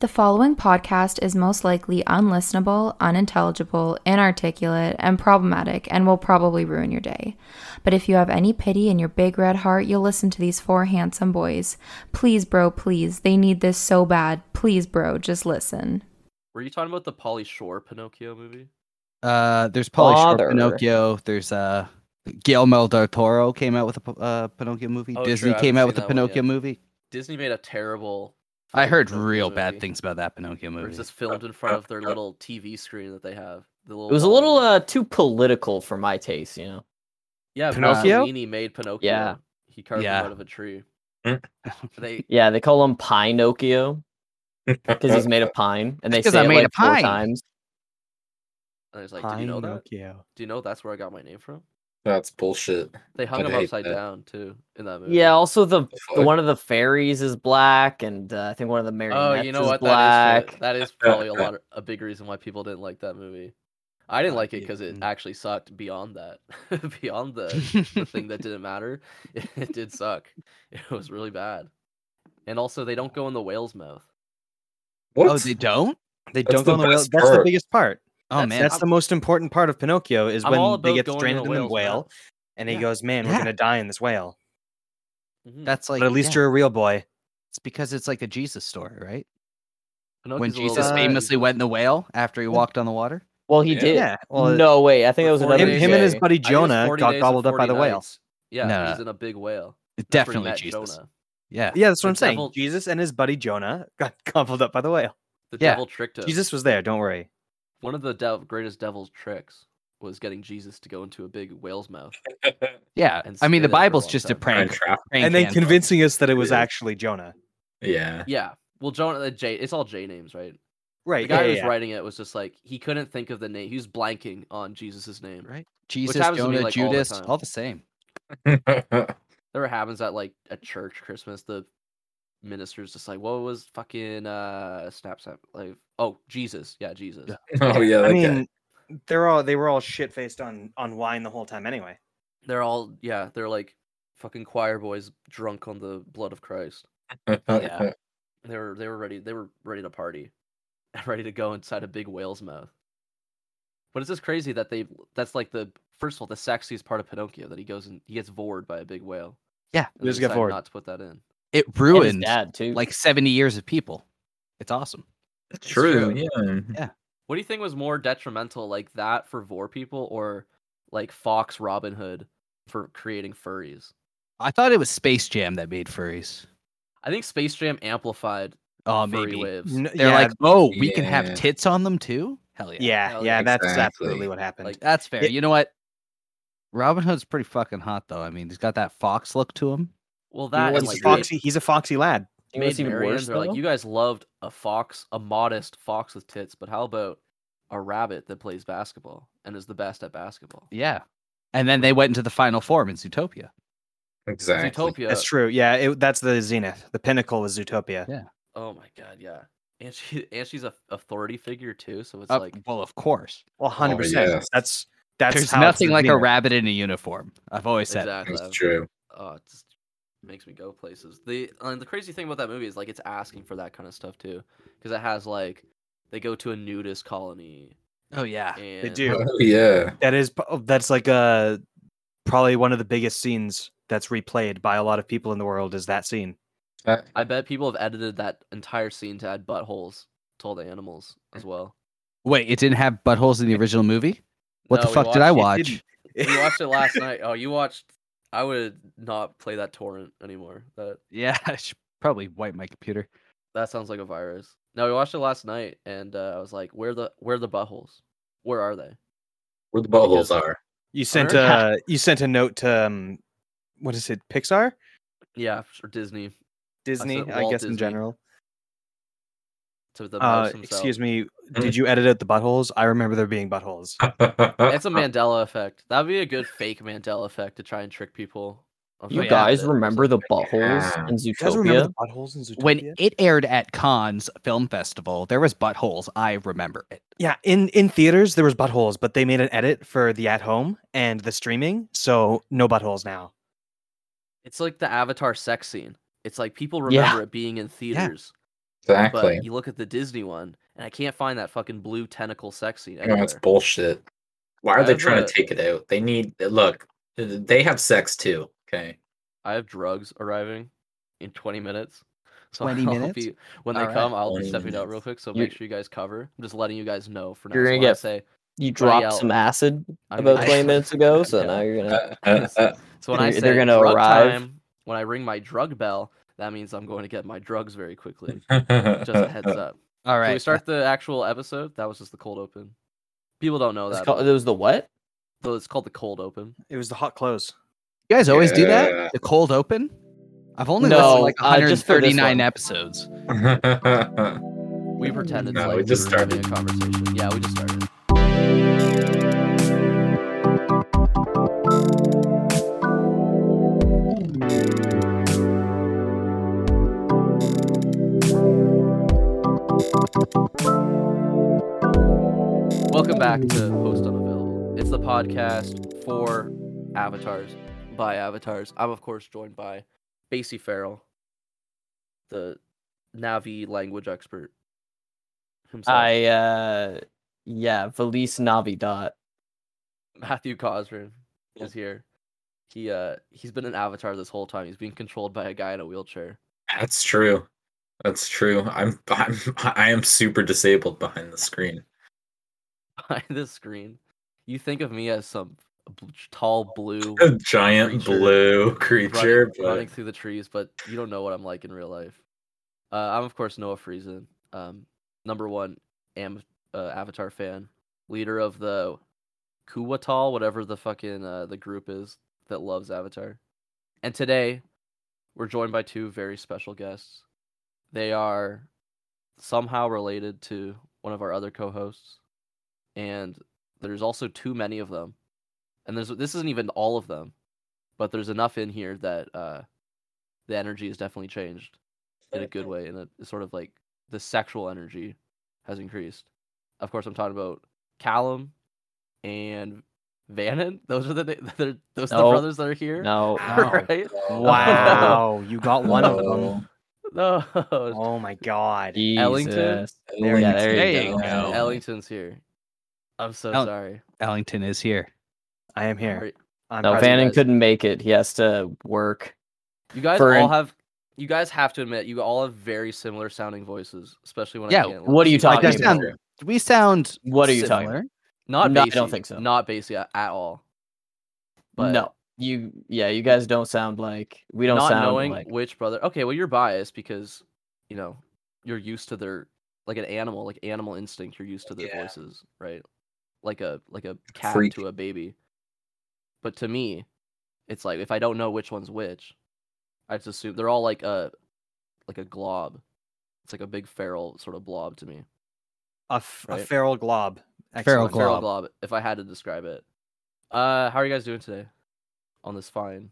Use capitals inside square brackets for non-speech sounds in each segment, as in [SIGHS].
The following podcast is most likely unlistenable, unintelligible, inarticulate, and problematic, and will probably ruin your day. But if you have any pity in your big red heart, you'll listen to these four handsome boys. Please, bro, please. They need this so bad. Please, bro, just listen. Were you talking about the Polly Shore Pinocchio movie? Uh, there's Polly Shore Father. Pinocchio. There's uh, Guillermo del Toro came out with a P- uh, Pinocchio movie. Oh, true, Disney I came haven't out with seen that a one Pinocchio yet. movie. Disney made a terrible. I fucking heard Pinocchio real bad movie things about that Pinocchio where movie. It's just filmed in front [LAUGHS] of their little TV screen that they have. The little um, It was a little Hollywood- uh, too political for my taste, you know. yeah. Pinocchio? Mussolini made Pinocchio. Yeah. He carved Yeah. him out of a tree. Hmm. they Yeah, they call him Pinocchio Uh, because he's made of pine, and they Because say I it made like a four pine. times. I was like, do you know that? Pinocchio. Do you know that's where I got my name from? That's bullshit. They hung I'd him hate upside that. down too in that movie. Yeah. Also, the, the Fuck. one of the fairies is black, and uh, I think one of the Oh, marionettes you know is what? black. That is, that is probably a lot of, a big reason why people didn't like that movie. I didn't like it because it Mm. actually sucked beyond that. [LAUGHS] beyond the, [LAUGHS] the thing that didn't matter, [LAUGHS] it, did suck. It was really bad. And also, they don't go in the whale's mouth. What? Oh, they don't. They That's don't the go in the whale. best That's the part. biggest part. Oh That's- man, That's the most important part of Pinocchio is I'm all when about they get going in stranded the in the whale's whale, mouth. and he Yeah. goes, "Man, Yeah. we're gonna die in this whale." Mhm. that's like but at least yeah, you're a real boy. It's because it's like a Jesus story, right? when Pinocchio's a little Jesus bit famously confusing. went in the whale after he walked on the water. well, he Yeah. did. Yeah. Well, no, wait. I for think that was 40 another. him, him and his day. buddy I think it was Jonah 40 got days and gobbled up by 40 the whale. nights. Yeah, No, no, he no. was in a big whale. It's That's where he Definitely met Jesus. Jonah. Yeah. Yeah, that's what The I'm saying. devil- Jesus and his buddy Jonah [LAUGHS] got gobbled up by the whale. The Yeah. devil tricked him. Jesus was there. Don't worry. One of the dev- greatest devil's tricks was getting Jesus to go into a big whale's mouth. [LAUGHS] Yeah. and I stay there mean, the for a Bible's long just a time. prank. prank and then handbook. convincing us that it was Yeah. actually Jonah. [LAUGHS] Yeah. [LAUGHS] Yeah. Well, Jonah, uh, J, it's all J names, right? The Right. guy yeah, who was yeah, yeah. writing it was just like he couldn't think of the name. He was blanking on Jesus' name. right? Jesus, happens to me, Jonah, like, all the Judas, time. all the same. There happens at like a church Christmas. The minister's just like, what was fucking uh snap snap like? Oh, Jesus, yeah, Jesus. Yeah. oh yeah. I That guy. mean, they're all they were all shit faced on on wine the whole time anyway. They're all yeah, they're like fucking choir boys drunk on the blood of Christ. [LAUGHS] yeah. They were they were ready. They were ready to party, [LAUGHS] ready to go inside a big whale's mouth. But it's just crazy that they that's like the first of all the sexiest part of Pinocchio that he goes and he gets vored by a big whale. Yeah. and they Just get decide vored. Not to put that in. It And his ruined dad too. like 70 years of people. It's awesome. true. true. Yeah. What do you think was more detrimental, like that for vor people, or like Fox Robin Hood for creating furries? I thought it was Space Jam that made furries. I think Space Jam amplified Oh, furry maybe. waves. N- They're yeah, like, oh, we can have Yeah. tits on them too? Hell yeah. yeah, hell yeah, yeah, that's exactly. absolutely what happened. Like- That's fair. Yeah. You know what? Robin Hood's pretty fucking hot though. I mean, he's got that fox look to him. Well, He that was and, a like foxy, he's a foxy lad. You know what's even Marion, worse, they're like, though? you guys loved a fox, a modest fox with tits, but how about a rabbit that plays basketball and is the best at basketball? Yeah. And then they went into the final form in Zootopia. Exactly. Zootopia. That's true. Yeah, it, that's the zenith. The pinnacle was Zootopia. Yeah. Oh my god, yeah. And she and she's a authority figure too, so it's Uh, like well, of course. Well, hundred percent. Oh, yes. That's that's There's how it's nothing the like a zenith. rabbit in a uniform. I've always said. that. exactly. That's true. Oh, it just makes me go places. The and the crazy thing about that movie is like it's asking for that kind of stuff too, because it has like they go to a nudist [SIGHS] colony. Oh yeah. And do. Oh yeah. That is p- that's like a probably one of the biggest scenes that's replayed by a lot of people in the world is that scene. That- I bet people have edited that entire scene to add buttholes to all the animals as well. Wait, it didn't have buttholes in the original movie? What No, the we fuck did I watched- watch? It didn't- [LAUGHS] You watched it last night. Oh, you watched. I would not play that torrent anymore. That [LAUGHS] Yeah, I should probably wipe my computer. that sounds like a virus. No, we watched it last night, and uh, I was like, "Where the where are the buttholes? Where are they?" Where the Because- buttholes are. [LAUGHS] you sent Alright. a you sent a note to um, what is it? Pixar, Yeah, for Disney. Disney, uh, said I, Walt guess in Disney. general. To the Uh, mouse himself. excuse me, Mm. did you edit out the buttholes? I remember there being buttholes. It's a Mandela effect. That would be a good fake Mandela effect to try and trick people. on you something like guys that. remember the Yeah. buttholes in You guys remember Zootopia? the buttholes in Zootopia? When it aired at Cannes Film Festival, there was buttholes. I remember it. yeah, in in theaters there was buttholes, but they made an edit for the at home and the streaming, so no buttholes now. It's like the Avatar sex scene. It's like people Yeah. remember it being in theaters. Exactly. But you look at the Disney one, and I can't find that fucking blue tentacle sex scene. No, anywhere. it's bullshit. Why are I they have trying a- to take it out? They need look. They have sex too. Okay. I have drugs arriving in 20 minutes. [LAUGHS] So 20 I'll minutes? Be, when they Alright. come, I'll be 20 stepping out real minutes. quick. So You're- make sure you guys cover. I'm just letting you guys know for now. You're So gonna when I get say You dropped out. some acid I'm about gonna- 20 [LAUGHS] minutes ago, so Yeah. now you're gonna. Uh, uh, uh, So when I They're- say they're gonna drug arrive. time, when I ring my drug bell, that means I'm going to get my drugs very quickly. uh, Just a heads [LAUGHS] up. All Should right. we start the actual episode? That was just the cold open. People don't know It's that. called, it was the what? so it's called the cold open. It was the hot close. you guys always do Yeah. that? The cold open? I've only No, listened to like uh, just for this 139 one. episodes. [LAUGHS] We pretend it's No, like we just were having a conversation. Yeah, we just started. Welcome back to Host Unavailable. It's the podcast for avatars by avatars. I'm of course joined by Basie Farrell, the Navi language expert himself. I uh, yeah, Valise Navidad. Matthew Cosrin is here. He uh he's been an avatar this whole time. He's being controlled by a guy in a wheelchair. [LAUGHS] That's true. That's true. I'm I'm I am super disabled behind the screen. Behind this screen, you think of me as some bl- tall blue A giant Creature. blue creature, running, but running through the trees, but you don't know what I'm like in real life. Uh, I'm of course Noah Friesen, um, number one am uh, Avatar fan, leader of the Kuwatal, whatever the fucking uh, the group is that loves Avatar. And today, we're joined by two very special guests. They are somehow related to one of our other co-hosts, and there's also too many of them. And there's this isn't even all of them but there's enough in here that uh the energy has definitely changed in a good way and a sort of like the sexual energy has increased of course i'm talking about callum and vannon [LAUGHS] those are the na- they're, those are the No. brothers that are here No, Wow. [LAUGHS] right Wow, you got one of them. Oh, [LAUGHS] no Oh my god. Ellington? Jesus. There, yeah, there There you you go. go. ellington's here i'm so El- sorry Ellington is here. I am here. Are- I'm No, present. Fanning guys. couldn't make it. He has to work. you guys For all an- have you guys have to admit you all have very similar sounding voices especially when Yeah, i can't What are you Like, talking we about? sound- we sound What are you talking similar. not No, I Basie, don't think so. not Basie at- at all but no, you. Yeah, you guys don't sound like we don't not sound knowing like. which brother. Okay, well you're biased because you know you're used to their like an animal, like animal instinct. You're used to their Yeah. voices, right? Like a like a cat Freak. to a baby. But to me, it's like if I don't know which one's which, I just assume they're all like a like a glob. It's like a big feral sort of blob to me. a, f- a Right. feral glob. Feral Excellent. A feral glob. glob. If I had to describe it, uh, how are you guys doing today? On this fine,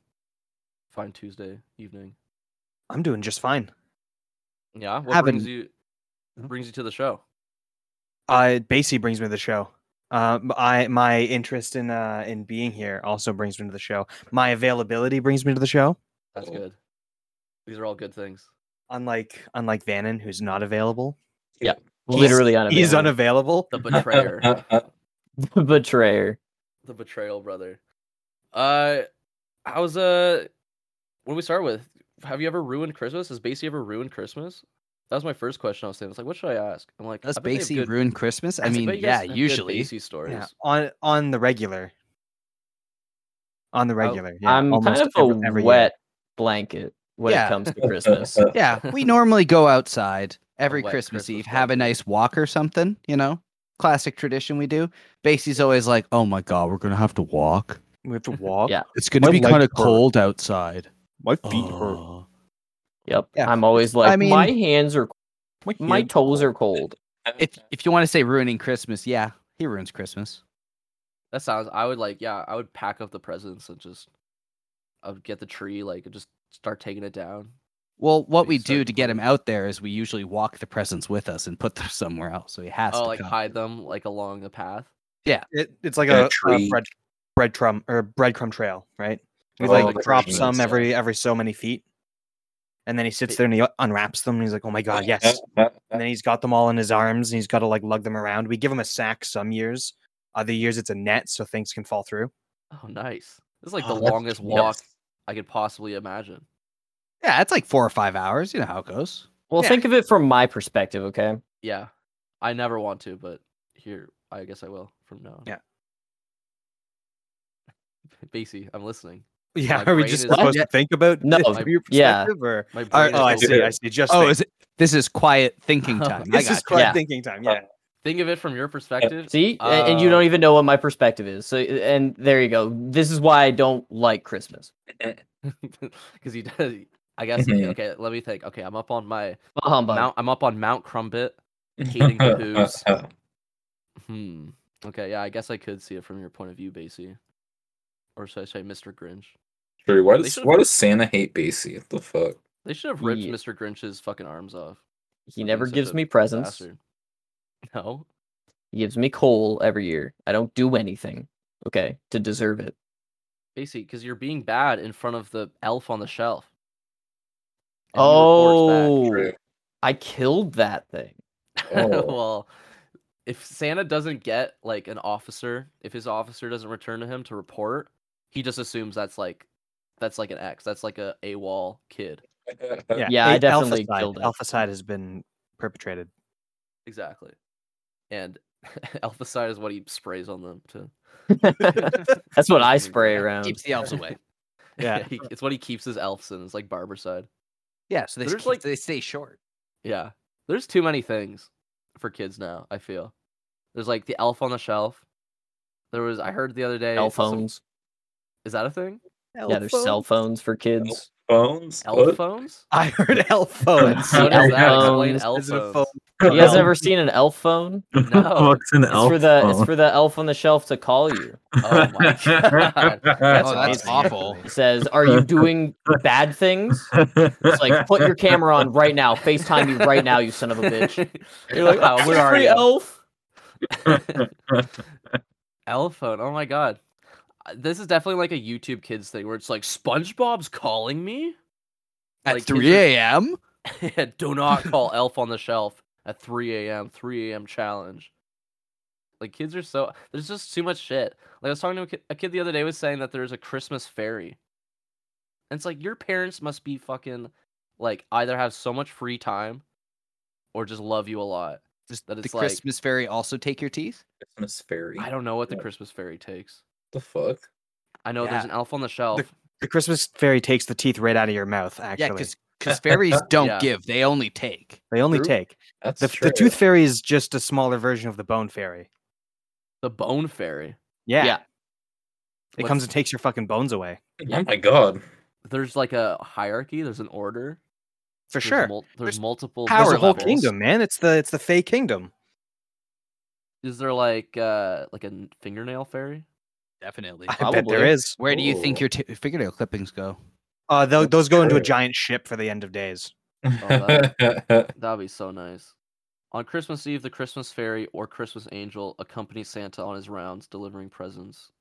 fine Tuesday evening. I'm doing just fine. Yeah, what brings Haven't- you brings you to the show? Uh, Basie brings me to the show. Uh, m- I my interest in uh in being here also brings me to the show. My availability brings me to the show. That's Oh. good. These are all good things. Unlike unlike Vannon, who's not available. He's- literally unavailable. He's unavailable. The [LAUGHS] betrayer, [LAUGHS] betrayer. the betrayal brother. Uh, how's uh, what do we start with? Have you ever ruined Christmas? Has Basie ever ruined Christmas? That was my first question. I was saying, I was like, what should I ask? I'm like, Does I bet they have Basie good- ruin Christmas? I bet mean, you guys yeah, have good usually. Basie stories. Yeah, on on the regular. On the regular. yeah, I'm kind almost of a every- every year. wet blanket when Yeah. it [LAUGHS] comes to Christmas. Yeah, we normally go [LAUGHS] outside every wet Christmas, Christmas Eve, have a blanket. nice walk or something, you know? Classic tradition we do. Basie's always like, oh my God, we're going to have to walk. We have to walk. Yeah. It's going to My be leg kind of hurt. cold outside. My Oh. Yep. Yeah. I'm always like, I mean- my hands are, My, my hand- toes are cold. If, if you want to say ruining Christmas, yeah, he ruins Christmas. That sounds. I would like. Yeah, I would pack up the presents and just. I would get the tree, like, and just start taking it down. Well, what But we he's so do to get him out there is we usually walk the presents with us and put them [LAUGHS] somewhere else. So he has Oh, to like come. hide them like along the path. it, it's like In a a, a tree. bread breadcrumb or breadcrumb trail, right? We Oh, like like drop Christmas, some yeah. every every so many feet. And then he sits there and he unwraps them and he's like, "Oh [LAUGHS] my god, yes!" And then he's got them all in his arms and he's got to like lug them around. We give him a sack some years. Other years it's a net so things can fall through. [LAUGHS] Oh, nice. This is like the Oh, that's longest nuts. walk I could possibly imagine. Yeah, it's like four or five hours. You know how it goes. Well, Yeah. think of it from my perspective, okay? Yeah, I never want to, but here I guess I will from now. on. Yeah. [LAUGHS] Basie, I'm listening. Yeah, My are we brain just is- supposed to think about No, it my- from your yeah. perspective or? My brain All right, is oh, I all- see. I see. Just Oh, think. is it? This is quiet thinking time. I This got is you. quiet Yeah. thinking time. Yeah. Think of it from your perspective. [LAUGHS] See, A- and you Uh, don't even know what my perspective is. So, and there you go. This is why I don't like Christmas. because he does. I guess Mm-hmm. Mhm. okay. Let me think. Okay, I'm up on my Bah humbug. Mount. I'm up on Mount Crumpet. [LAUGHS] Hating the Who's. Hmm. Okay. Yeah, I guess I could see it from your point of view, Basie. Or should I say, Mr. Grinch? True. Why They does should've- why does Santa hate Basie? What the fuck? They should have ripped Ye- Mr. Grinch's fucking arms off. for he being never such gives a me presents. bastard. [LAUGHS] No. He gives me coal every year. I don't do anything, okay, to deserve it. Basie, because you're being bad in front of the elf on the shelf. And he records Oh, that. True. I killed [LAUGHS] that thing. Oh. well, if Santa doesn't get like an officer, if his officer doesn't return to him to report, he just assumes that's like that's like an ex. That's like a AWOL kid. [LAUGHS] Yeah. Yeah, I Eight- alpha definitely side- killed it. Alpha side has been perpetrated. Exactly. And [LAUGHS] alpha side is what he sprays on them to That's what I spray around. Keeps the elves away. Yeah. [LAUGHS] [LAUGHS] he, it's what he keeps his elves in. It's like barbercide. Yeah, so they There's keep- like- they stay short. Yeah. There's too many things for kids now, I feel. There's like the elf on the shelf. There was I heard the other day Cell some- phones. is that a thing? Yeah, there's cell phones for kids. [LAUGHS] Phones. Elf What? phones? I heard [LAUGHS] elf What is [LAUGHS] phones. Elf that? Explain phones. elf Is it a phones. phone? You [LAUGHS] guys ever seen an elf phone? No. What's an It's elf for the it's phone? for the elf on the shelf to call you. Oh [LAUGHS] my god. That's oh, that's amazing, awful. It says, [LAUGHS] "Are you doing bad things?" It's like, [LAUGHS] "Put your camera on [LAUGHS] right now. FaceTime me right now, you son of a [LAUGHS] bitch." You're like, Wow, "Oh, where are free you? elf?" [LAUGHS] [LAUGHS] Elf phone. Oh my god. Uh, This is definitely like a YouTube kids thing where it's like SpongeBob's calling me. At Like, kids are- 3 a.m. Yeah, [LAUGHS] do not call Elf on the Shelf at 3 a.m. 3 a.m. challenge. Like kids are so there's just too much shit. Like I was talking to a kid, a kid the other day was saying that there's a Christmas fairy. And it's like your parents must be fucking like either have so much free time or just love you a lot. Does That the it's like- Christmas fairy also take your teeth? Christmas fairy. I What don't know what the Yeah. Christmas fairy takes. the fuck? I know there's an Yeah. elf on the shelf. The Christmas fairy takes the teeth right out of your mouth. Actually, Yeah, because [LAUGHS] fairies don't Yeah. give; they only take. they only True. take That's the, true. the tooth fairy is just a smaller version of the bone fairy. The bone fairy. Yeah, Yeah. it What's- comes and takes your fucking bones away Oh my god. There's like a hierarchy, there's an order. for there's sure. mul- there's, There's multiple power There's a whole levels. kingdom, man. It's the it's the fey kingdom. Is there like uh like a n- fingernail fairy? Definitely. I bet there Probably. is. Where do you think Ooh. your t- fingernail clippings go? Uh, tho- That's those go into a true. giant ship for the end of days. [LAUGHS] that- That'd be so nice. On Christmas Eve, the Christmas fairy or Christmas angel accompanies Santa on his rounds, delivering presents.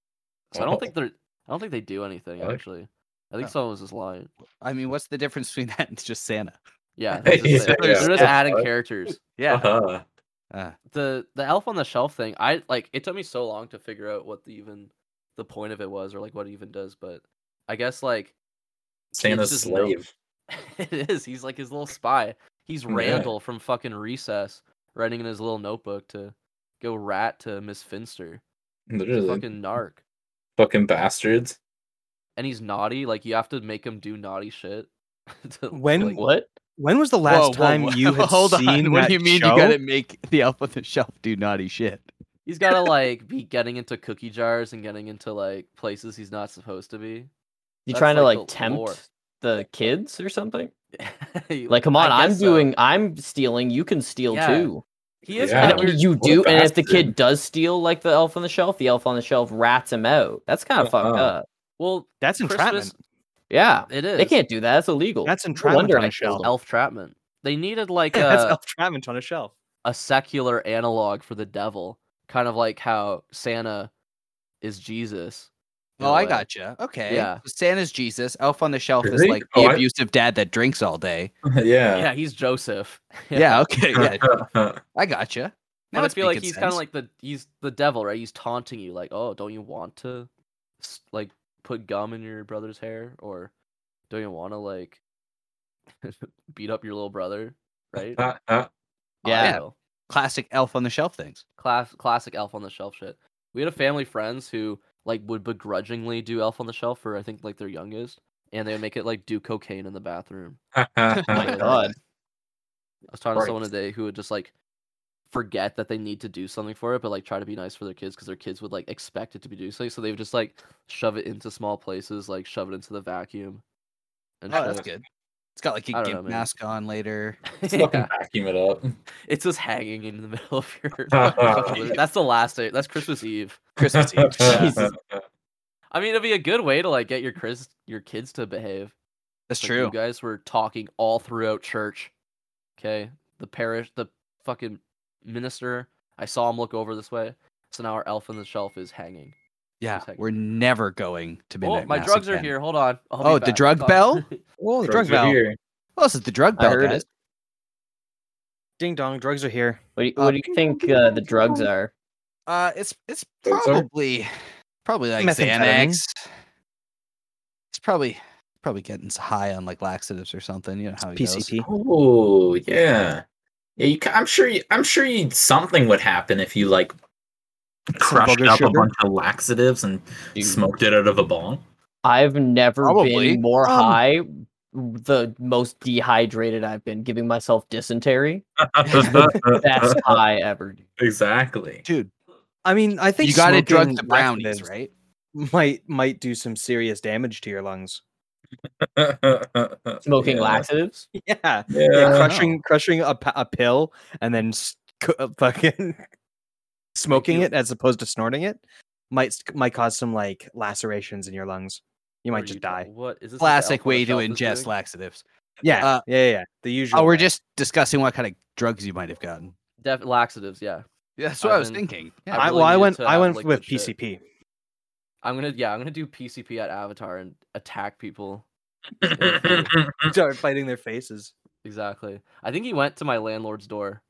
So I Oh. don't think they're. I don't think they do anything Really? actually. I think Oh. someone was just lying. I mean, what's the difference between that and just Santa? [LAUGHS] Yeah, they're just, Yeah, they're just yeah. adding [LAUGHS] characters. Uh-huh. Uh, The the elf on the shelf thing. I like. It took me so long to figure out what the even the point of it was, or like what it even does. But I guess like Santa's just know. slave. [LAUGHS] it is. He's like his little spy. [LAUGHS] He's Yeah. Randall from fucking Recess, writing in his little notebook to go rat to Miss Finster. He's a Literally. Fucking... fucking narc. bastards. [LAUGHS] And he's naughty. Like you have to make him do naughty shit. [LAUGHS] to, [LAUGHS] When- like, What? When was the last time you had [LAUGHS] hold seen on? What that do you mean show? you gotta make the elf on the shelf do naughty shit? he's gotta like be getting into cookie jars and getting into like places he's not supposed to be. [LAUGHS] You That's trying to like like the tempt lore. the kids or something? He- Like, come I on, I'm guess so. doing, I'm stealing. You can steal Yeah. too. He is. Yeah. Yeah. And Weird. you What a do, and if the bastard. kid does steal, like the elf on the shelf, the elf on the shelf rats him out. That's kind of fucked Uh-huh. up. Well, That's entrapment. Christmas. Yeah, It is. they can't do that. That's illegal. That's no entrapment wonder on I a shelf. killed Elf Trapman. They needed [LAUGHS] like uh, Yeah, [LAUGHS] that's a, entrapment on a shelf. a secular analog for the devil, kind of like how Santa is Jesus. in Oh, a I way. gotcha. Okay. Yeah. So Santa's Jesus. Elf on the Shelf is Really? like Oh, the I- abusive dad that drinks all day. yeah. Yeah, he's Joseph. [LAUGHS] Yeah. okay. [LAUGHS] Yeah. I gotcha. Now But I it's feel like making he's kind of sense. like the he's the devil, right? He's taunting you, like, "Oh, don't you want to s- like put gum in your brother's hair, or don't you want to like [LAUGHS] beat up your little brother?" [LAUGHS] [LAUGHS] Right? I don't [LAUGHS] Yeah. know. classic Elf on the Shelf things. Class, classic Elf on the Shelf shit. We had a family friends who like would begrudgingly do Elf on the Shelf for I think like their youngest, and they would make it like do cocaine in the bathroom. Oh my Yeah. god. oh, I was talking to someone Christ. today who would just like forget that they need to do something for it, but like try to be nice for their kids because their kids would like expect it to be doing something. So they would just like shove it into small places, like shove it into the vacuum. And Oh, that's shit. good. It's got like I a don't gimp know, man. mask on later. [LAUGHS] Yeah, [LAUGHS] Fucking vacuum it up. It's just hanging in the middle of [LAUGHS] your. [LAUGHS] that's the last day. That's Christmas Eve. Christmas [LAUGHS] Eve. [LAUGHS] [LAUGHS] Jesus. I mean, it'd be a good way to like get your Chris your kids to behave. That's Like, true. You guys were talking all throughout church. Okay, the parish, the fucking minister. I saw him look over this way. So now our elf on the shelf is hanging. Yeah, second. we're never going to midnight. Oh, my Mass drugs are again. here. Hold on. I'll be Oh, the back. drug Fuck. [LAUGHS] bell? Well, the drug Drugs are bell. here. Well, this is the drug I bell. heard guys. Ding dong, drugs are here. What do you, Uh, what do you think uh, the drugs are? Uh, it's it's Those are- probably probably like Methamphetamine. Xanax. It's probably probably getting s- high on like laxatives or something. You know how he goes. PCP. Oh yeah, yeah. You, ca- I'm sure. You, I'm sure you, something would happen if you like crushed bugger up a sugar? bunch of laxatives and Dude, smoked it out of [LAUGHS] a bong. [LAUGHS] I've never Probably. been more Um, high. The most dehydrated I've been, giving myself dysentery. [LAUGHS] That's high ever. dude. exactly. Dude, I mean, I think you got to drug smoking the brownies, laxatives right? [LAUGHS] Might might do some serious damage to your lungs. Smoking yeah. laxatives. [LAUGHS] Yeah, Yeah. Uh-huh. crushing crushing a, pa- a pill and then s- [LAUGHS] c- uh, fucking smoking you- it as opposed to snorting it might s- might cause some like lacerations in your lungs. You What might are just doing? die. What is this? what the Classic elf on way the to shelf is ingest doing? laxatives. Yeah, Uh, yeah, yeah, yeah. The usual. Oh, way. we're just discussing what kind of drugs you might have gotten. Def- laxatives. Yeah. Yeah, that's what I what I uh, I've was been- thinking. I've I, really well, I needed went. to I have went liquid with shit. PCP. I'm gonna. Yeah, I'm gonna do PCP at Avatar and attack people. Started fighting their faces. Exactly. I think he went to my landlord's door.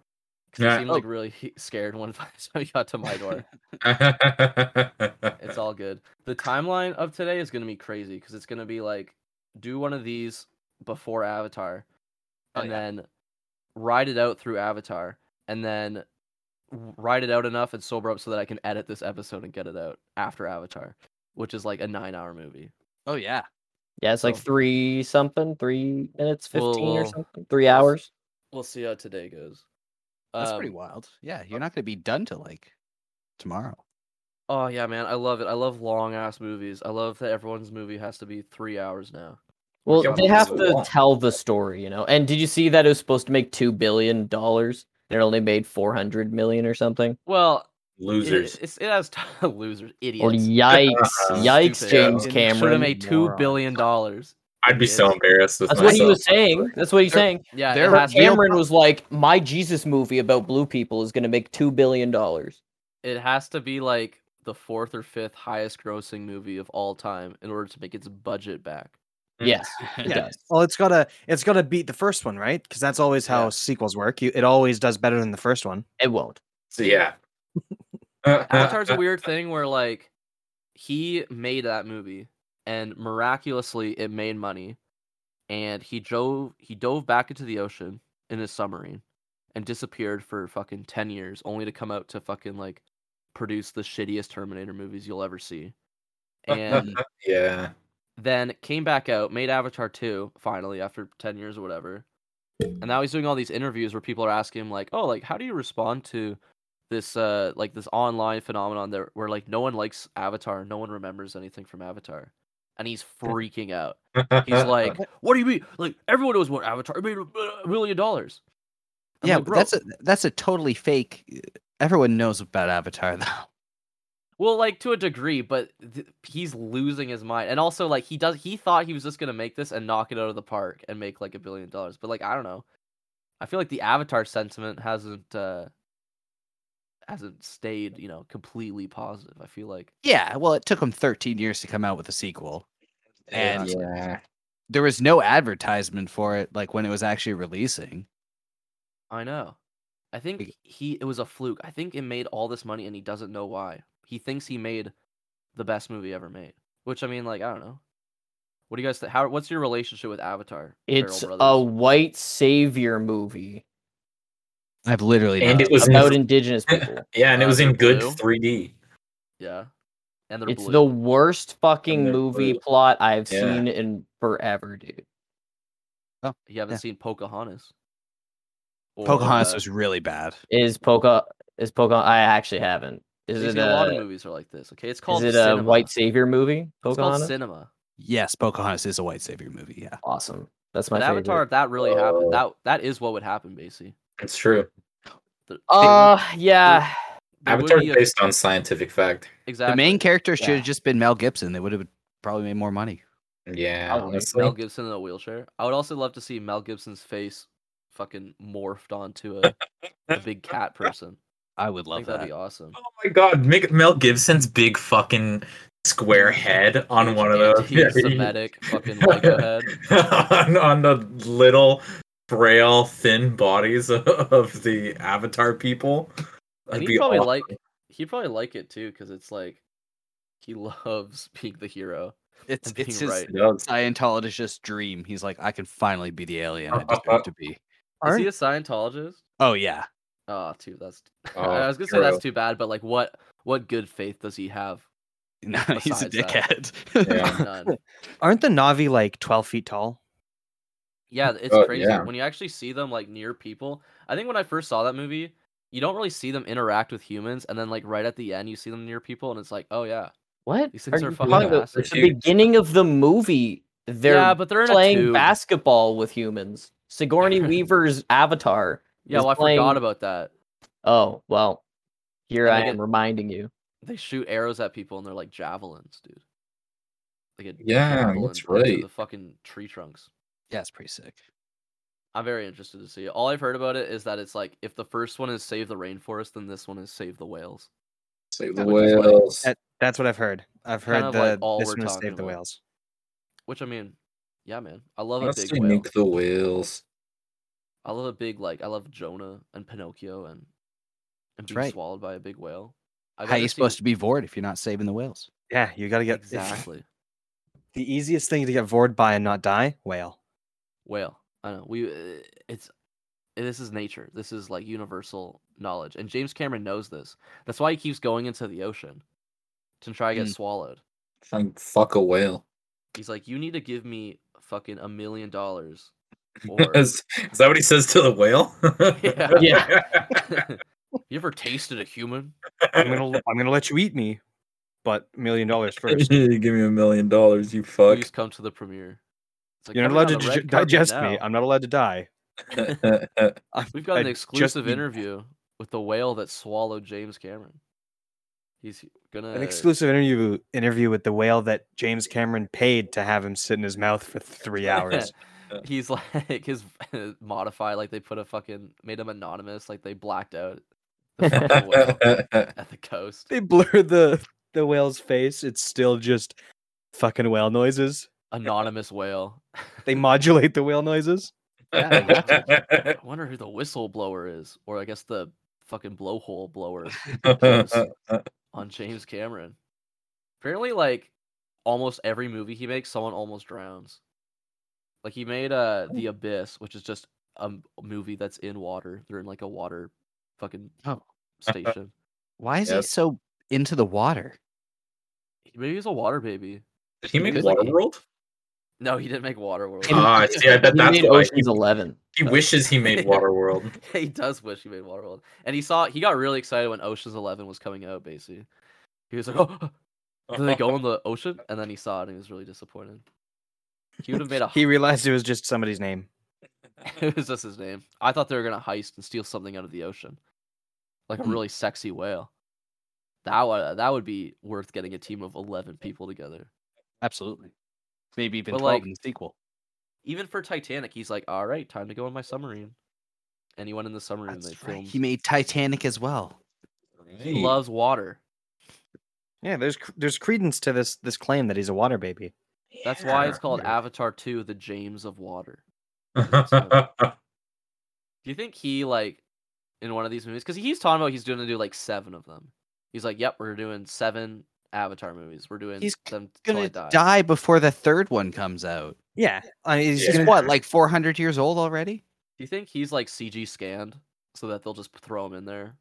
'cause Yeah. He seemed Oh. like really he- scared one time [LAUGHS] he got to my [LAUGHS] door. [LAUGHS] It's all good. The timeline of today is going to be crazy because it's going to be like do one of these before Avatar, Oh, and yeah. then ride it out through Avatar, and then w- ride it out enough and sober up so that I can edit this episode and get it out after Avatar, which is like a nine-hour movie. Oh yeah, Yeah, it's like So- three something, three minutes, Well, fifteen or well, something, three hours. We'll see how today goes. that's pretty Um, wild. Yeah, you're not going to be done till like tomorrow. Oh yeah, man, I love it. I love long ass movies. I love that everyone's movie has to be three hours now. Well, Yeah, they have so to long. tell the story, you know. And did you see that it was supposed to make two billion dollars? It only made four hundred million or something. Well, it, Losers. it's, it has t- [LAUGHS] losers, idiots. Or yikes, yikes, [LAUGHS] Stupid. James Yeah. Should have Cameron. made two moron. billion dollars. I'd be so idiots. embarrassed with That's myself. what he was saying. That's what he's They're- saying. Yeah, they're it has, real- Cameron was like, "My Jesus movie about blue people is going to make two billion dollars." it has to be like the fourth or fifth highest grossing movie of all time in order to make its budget back. Mm. Yes, [LAUGHS] it Yeah. does. Well, it's gotta it's gotta beat the first one, right? Because that's always how Yeah. sequels work. You, it always does better than the first one. It won't. So, yeah. [LAUGHS] Avatar's a weird thing where like he made that movie and miraculously it made money and he drove he dove back into the ocean in his submarine and disappeared for fucking 10 years only to come out to fucking like produce the shittiest Terminator movies you'll ever see. And [LAUGHS] yeah. then came back out, made Avatar 2 finally after 10 years or whatever. And now he's doing all these interviews where people are asking him like, "Oh, like how do you respond to this uh like this online phenomenon that where like no one likes Avatar, no one remembers anything from Avatar." And [LAUGHS] he's freaking out. He's [LAUGHS] like, "What do you mean? Like everyone knows what Avatar it made a a million dollars." I'm yeah, like, but "Bro, that's a that's a totally fake. Everyone knows about Avatar though. Well, like to a degree, but th- he's losing his mind, and also like he does. He thought he was just gonna make this and knock it out of the park and make like a billion dollars, but like I don't know. I feel like the Avatar sentiment hasn't uh hasn't stayed, you know, completely positive. I feel like Yeah, well, it took them 13 years to come out with a sequel. And yeah. there was no advertisement for it, like when it was actually releasing. I know. I think Like- he it was a fluke. I think it made all this money and he doesn't know why. He thinks he made the best movie ever made. Which I mean, like I don't know. What do you guys think? How what's your relationship with Avatar? Farrell It's a Brothers? white savior movie I've literally And not- it was in- about indigenous people. yeah, and it Uh, was they're in good blue. 3D. yeah, and they're It's blue. the worst fucking they're movie blue. plot I've Yeah. seen in forever, dude. you haven't yeah. seen Pocahontas. Or, Pocahontas uh, was really bad. Is Poca is Poca I actually haven't. Is you it see, a lot of a, movies are like this. Okay, it's is called it a cinema. white savior movie? It's called Pocahontas? cinema. Yes, Pocahontas is a white savior movie. Yeah. awesome. That's my But favorite. Avatar, if that really happened. Oh. That that is what would happen, basically. It's true. The- there Uh yeah. would Avatar be a- based on scientific fact. exactly. The main character should Yeah. have just been Mel Gibson. They would have probably made more money. Yeah, I would like honestly. Mel Gibson in a wheelchair. I would also love to see Mel Gibson's face fucking morphed onto a, a big cat person. I would I love think that'd that. [LAUGHS] be awesome. Oh my god, Mig- Mel Gibson's big fucking square head on Huge one of those. [LAUGHS] anti-Semitic fucking Lego head. on, on the little frail thin bodies of, of the avatar people. And That'd he'd probably awesome. like he'd probably like it too, because it's like he [LAUGHS] loves being the hero. It's, and being it's his right. Does. Scientologist dream. He's like, I can finally be the alien I deserve to be. Is he Aren't- a Scientologist? Oh yeah, [LAUGHS] Oh, too. That's [LAUGHS] Oh, I was gonna say that's true. too bad, but like, what what good faith does he have? no, he's a Besides that. dickhead. Yeah. [LAUGHS] None. Aren't the Navi like 12 feet tall? Yeah, it's Oh, crazy yeah. when you actually see them like near people. I think when I first saw that movie, you don't really see them interact with humans, and then like right at the end, you see them near people, and it's like, oh yeah, What? These things are you fucking talking about? massive. It's the beginning of the movie. They're yeah, but they're in a playing tube. basketball with humans. [LAUGHS] Sigourney Weaver's Avatar. Yeah, is well, I playing- forgot about that. Oh well, here And I they am get- reminding you. They shoot arrows at people, and they're like javelins, dude. Like a Yeah, javelin that's into right. The fucking tree trunks. [LAUGHS] yeah, it's pretty sick. I'm very interested to see it. All I've heard about it is that it's like if the first one is save the rainforest, then this one is save the whales. Save That the would just, like, whales. That, that's what I've heard. I've Kind heard of the like all this we're one was talking save the about. whales. Which I mean, yeah, man, I love a Let's big say whale. nuke the whales. I love a big like I love Jonah and Pinocchio and and being right. swallowed by a big whale. I've How never you seen- supposed to be Vord if you're not saving the whales? Yeah, you gotta get exactly the easiest thing to get vored by and not die. Whale. whale? I know we uh, it's this is nature. This is like universal knowledge, and James Cameron knows this. That's why he keeps going into the ocean to try to get Mm. swallowed. Fuck- Fuck a whale. He's like, you need to give me fucking a million [LAUGHS] dollars. Or [LAUGHS] Is, is that what he says to the whale? [LAUGHS] [LAUGHS] Yeah. [LAUGHS] [LAUGHS] Yeah. you ever tasted a human? I'm gonna l- I'm gonna let you eat me, but million dollars [LAUGHS] first. you [LAUGHS] give me a million dollars, you fuck. Please come to the premiere. It's like, You're not coming allowed to on the red dig- carpet digest me. now. I'm not allowed to die. [LAUGHS] We've got an I just exclusive need- interview with the whale that swallowed James Cameron. He's gonna An exclusive interview interview with the whale that James Cameron paid to have him sit in his mouth [LAUGHS] for three hours. He's [LAUGHS] like his modify, like they put a fucking made him anonymous, like they blacked out the fucking whale [LAUGHS] at the coast. they blurred the the whale's face. It's still just fucking whale noises. Anonymous whale. They modulate the whale noises. I wonder who the whistleblower is, or I guess the fucking blowhole blower is on James Cameron. Apparently, like almost every movie he makes, someone almost drowns. Like he made uh The Abyss, which is just a m- movie that's in water. They're in like a water fucking Oh. station. Why is he Yep. so into the water? Maybe he's a water baby. [LAUGHS] Did he make Because, like, Waterworld? No, he didn't make Waterworld. Him- Ah, I see, I bet he that's made why Ocean's Eleven. He wishes he [LAUGHS] made Waterworld. he does wish he made Waterworld, and he saw he got really excited when Ocean's Eleven was coming out. Basically, he was like, [GASPS] "Oh, did they [LAUGHS] go in the ocean?" And then he saw it and he was really disappointed. He would have made a He realized it was just somebody's name. [LAUGHS] it was just his name. I thought they were gonna heist and steal something out of the ocean, like a Hmm. really sexy whale. That would that would be worth getting a team of eleven people together. Absolutely. Maybe even But, 12 like- in the sequel. Even for Titanic, he's like, "All right, time to go in my submarine." And he went in the submarine. and they That's right. filmed. He made Titanic as well. He loves water. Yeah, there's cr- there's credence to this this claim that he's a water baby. [LAUGHS] That's why it's called Avatar 2, the James of Water. Do you think he like in one of these movies? Because he's talking about he's doing to do like seven of them. He's like, "Yep, we're doing seven Avatar movies. We're doing He's them till I gonna die." die. before the third one comes out. Yeah, I mean, he's He's gonna- what, like 400 years old already? Do you think he's like CG scanned so that they'll just throw him in there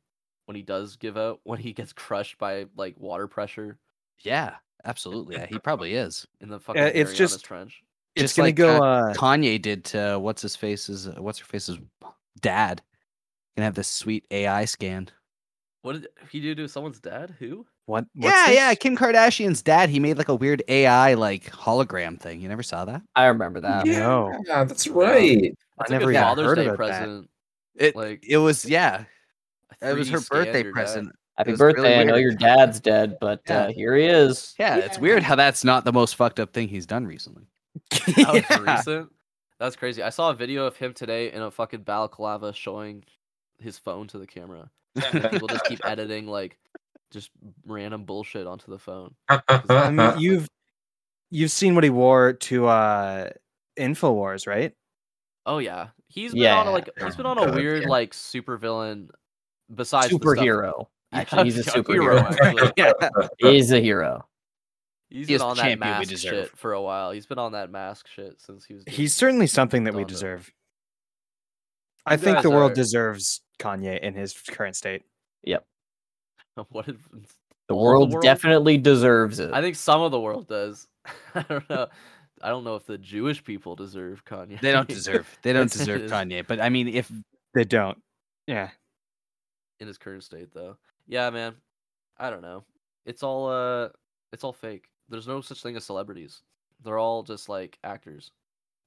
when he does give out [LAUGHS] when he gets crushed by like water pressure Yeah, absolutely. Yeah, he probably is. in the fucking it's Marianas just- Trench? it's Just gonna like, go. uh, Uh, Kanye did to what's his face's uh, what's her face's dad. Gonna have this sweet AI scan. What did he do to someone's dad? Who? what? what's yeah, yeah. [LAUGHS] this? Kim Kardashian's dad. He made like a weird AI like hologram thing. You never saw that? I remember that. Yeah. No. Yeah, that's right. That's I like never a even Father's heard Day about that. present. It Like it was yeah. a It was her 3D scanned birthday your dad. present. [LAUGHS] Happy was birthday. really I know weird. your dad's dead, but Yeah. uh, here he is. Yeah, it's weird how that's not the most fucked up thing he's done recently. That was Yeah. recent. That's crazy. I saw a video of him today in a fucking balaclava showing his phone to the camera. People just keep editing like just random bullshit onto the phone. I mean, you've you've seen what he wore to uh Infowars, right? Oh yeah, he's been on Yeah. a, like he's been on Oh, a God, weird yeah. like supervillain. Besides the stuff- [LAUGHS] Superhero. Actually, he's a superhero. actually. Yeah. [LAUGHS] He's a hero. He's He been is the on that champion we mask deserve. shit for a while. He's been on that mask shit since he was. doing He's certainly something that we Donda. deserve. I You think guys the world are- deserves Kanye in his current state. [LAUGHS] What if- The All the world, world? definitely deserves it. I think some of the world does. [LAUGHS] I don't know. I don't know if the Jewish people deserve Kanye. [LAUGHS] They don't deserve. They don't It's- deserve it's- Kanye. But I mean, if They don't. Yeah. in his current state though. Yeah, man. I don't know. It's all uh it's all fake. There's no such thing as celebrities. They're all just like actors.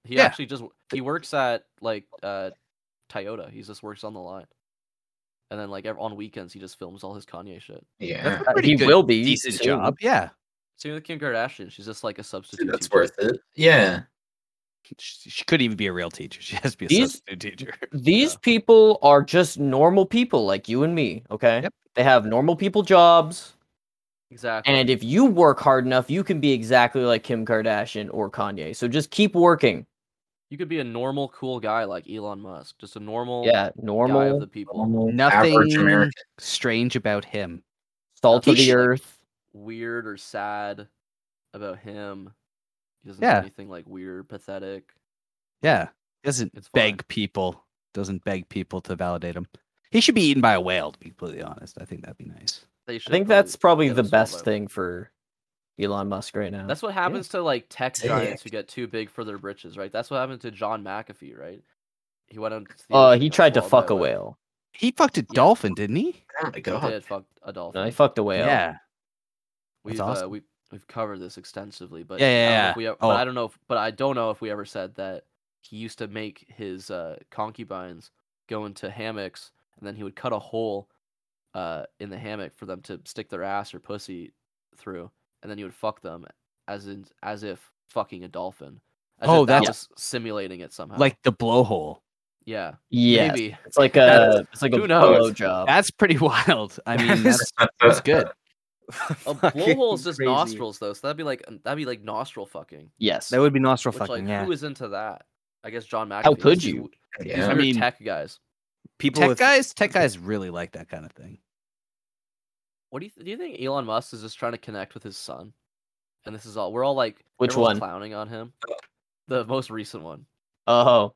He Yeah. actually just he works at like uh Toyota. He just works on the line. And then like ev- on weekends he just films all his Kanye shit. [LAUGHS] yeah, Uh, pretty he good, will be decent soon. job, yeah, Same with Kim Kardashian. She's just like a substitute. that's teacher. worth it. Yeah. she, she couldn't even be a real teacher. She has to be a These- substitute teacher. These Yeah. people are just normal people like you and me, okay? Yep. They have normal people jobs, Exactly. and if you work hard enough, you can be exactly like Kim Kardashian or Kanye. So just keep working. you could be a normal cool guy like Elon Musk. Just a normal Yeah, guy of normal, the people. Normal, Average Nothing American. [LAUGHS] strange about him. salt He of the should- earth. Weird or sad about him. He doesn't Yeah. do anything like weird, pathetic. Yeah, doesn't It's fine. beg people. Doesn't beg people to validate him. He should be eaten by a whale. To be completely honest, I think that'd be nice. They I should think probably that's probably get the us all best voted. thing for Elon Musk right now. That's what happens to like tech Sick. giants who get too big for their britches, right? That's what happened to John McAfee, right? He went on. stage uh, and he got tried to swallowed by fuck a whale. He fucked a dolphin, didn't he? Oh my He god. did fuck a dolphin. No, he fucked a whale. Yeah. we've, uh, awesome. we we've covered this extensively, but I Yeah, don't know yeah, if we ev- Oh. but I don't know. If, but I don't know if we ever said that he used to make his uh, concubines go into hammocks, and then he would cut a hole uh, in the hammock for them to stick their ass or pussy through, and then he would fuck them as in as if fucking a dolphin. As Oh, if that that's- was simulating it somehow. Like the blowhole. yeah, Yes. [LAUGHS] maybe It's like That's- a it's like a who knows? blowjob. That's pretty [LAUGHS] wild. I mean, that's, that's good. a Fucking blowhole is just crazy. nostrils though, so that'd be like that'd be like nostril fucking. Yes. That would be nostril Which fucking, like yeah. who is into that? I guess John McAfee. How is. could He's you? w- These Yeah. I weird mean- tech guys. People Tech with- guys, tech guys really like that kind of thing. What do you th- do? You think Elon Musk is just trying to connect with his son? And this is all we're all like, Which everyone's one? clowning on him? The most recent one. oh.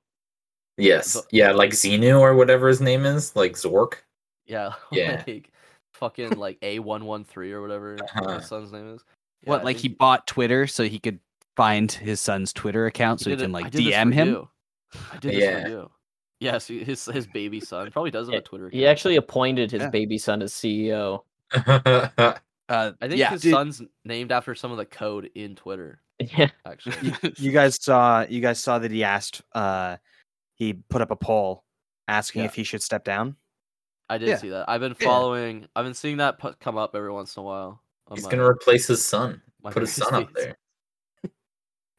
Yes. Yeah, like Xenu or whatever his name is, like Zork. [LAUGHS] Yeah. [LAUGHS] Yeah. Like, fucking like A one one three or whatever Uh-huh. his son's name is. Yeah, what, I like think he bought Twitter so he could find his son's Twitter account so he did it- can I like did this DM for him? you. I did this Yeah. for you. Yes, he- his his baby son probably does have a Twitter. He account. actually appointed his Yeah. baby son as E CEO. Uh, I think yeah. his Dude, son's named after some of the code in Twitter. [LAUGHS] Yeah. [LAUGHS] Actually, you guys saw you guys saw that he asked uh he put up a poll asking Yeah. if he should step down. I did Yeah. see that. I've been Yeah. following. I've been seeing that pu- come up every once in a while. on He's my- gonna replace his son. my Put his Christmas son up feeds. there.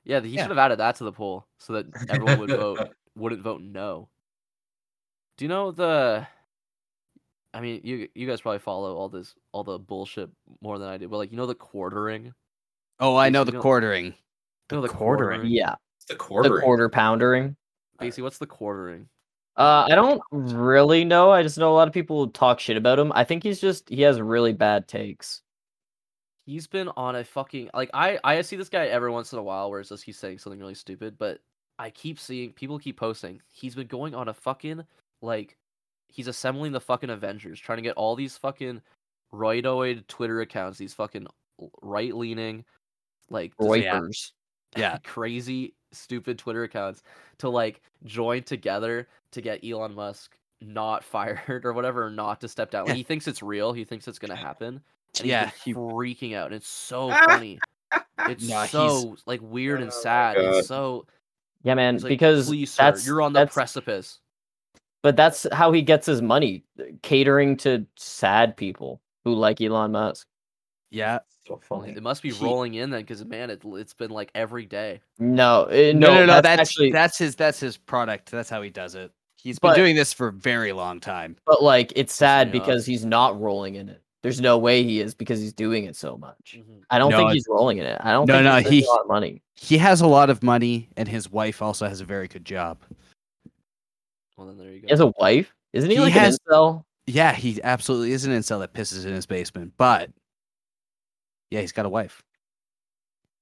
Yeah, he Yeah. should have added that to the poll so that everyone [LAUGHS] would vote wouldn't vote no. Do you know the? I I mean, you you guys probably follow all this all the bullshit more than I do, but like you know the quartering, Oh, I know you the don't- quartering. you know the quartering? Yeah, It's the the quarter. quarter poundering. Casey, what's the quartering? Uh, I don't really know. I just know a lot of people talk shit about him. I think he's just he has really bad takes. He's been on a fucking like I I see this guy every once in a while where it's just he's saying something really stupid, but I keep seeing people keep posting. He's been going on a fucking like he's assembling the fucking Avengers, trying to get all these fucking roidoid Twitter accounts, these fucking right leaning like just [LAUGHS] Reuters. Yeah. crazy, stupid Twitter accounts to like join together to get Elon Musk not [LAUGHS] fired or whatever, or not to step down. Like, Yeah. he thinks it's real. He thinks it's gonna happen. And Yeah, he's been freaking out. And it's so Ah, funny. It's Nah, he's- so like weird Oh my and sad. God. It's so Yeah, man, it's like, because please, sir, that's you're on the that's- precipice. But that's how he gets his money, catering to sad people who like Elon Musk. Yeah. So Like, funny. It must be he- rolling in then, because man, it, it's been like every day. No, eh, No, no, no. That's that's, actually. his that's his product. That's how he does it. He's been But- doing this for a very long time. But like, it's sad Yeah. because he's not rolling in it. There's no way he is because he's doing it so Mm. much. I don't No, think it- he's rolling in it. I don't. No, think no, he's making he- a lot of money. He has a lot of money, and his wife also has a very good job. Well, then there you He has go. a wife, isn't he? He like has- an incel? Yeah, he absolutely is an incel that pisses in his basement, but yeah, he's got a wife.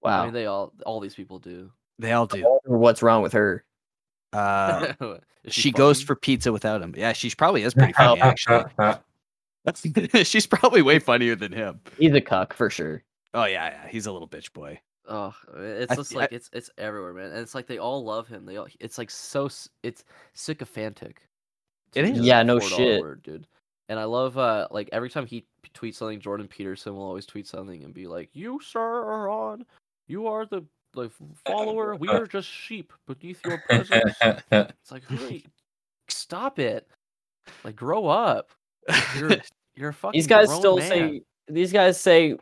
Wow. I mean, they all all these people do. They all do. I wonder what's wrong with her? Uh, [LAUGHS] Is she goes fucking? for pizza without him. Yeah, she's probably is pretty [LAUGHS] funny actually. [LAUGHS] she's probably way funnier than him. He's a cuck for sure. Oh yeah, yeah, he's a little bitch boy. Oh, it's I just th- I- like it's it's everywhere, man. And it's like they all love him. They all it's like so s- it's sycophantic. to It use is. a Yeah, no $4 shit. word, dude. And I love uh like every time he p- tweets something, Jordan Peterson will always tweet something and be like, "You sir are on. You are the the follower. We are just sheep beneath your [LAUGHS] presence." it's like, "Hey, stop it. Like, grow up. [LAUGHS] You're you're a fucking. These guys grown still man. say. These guys say.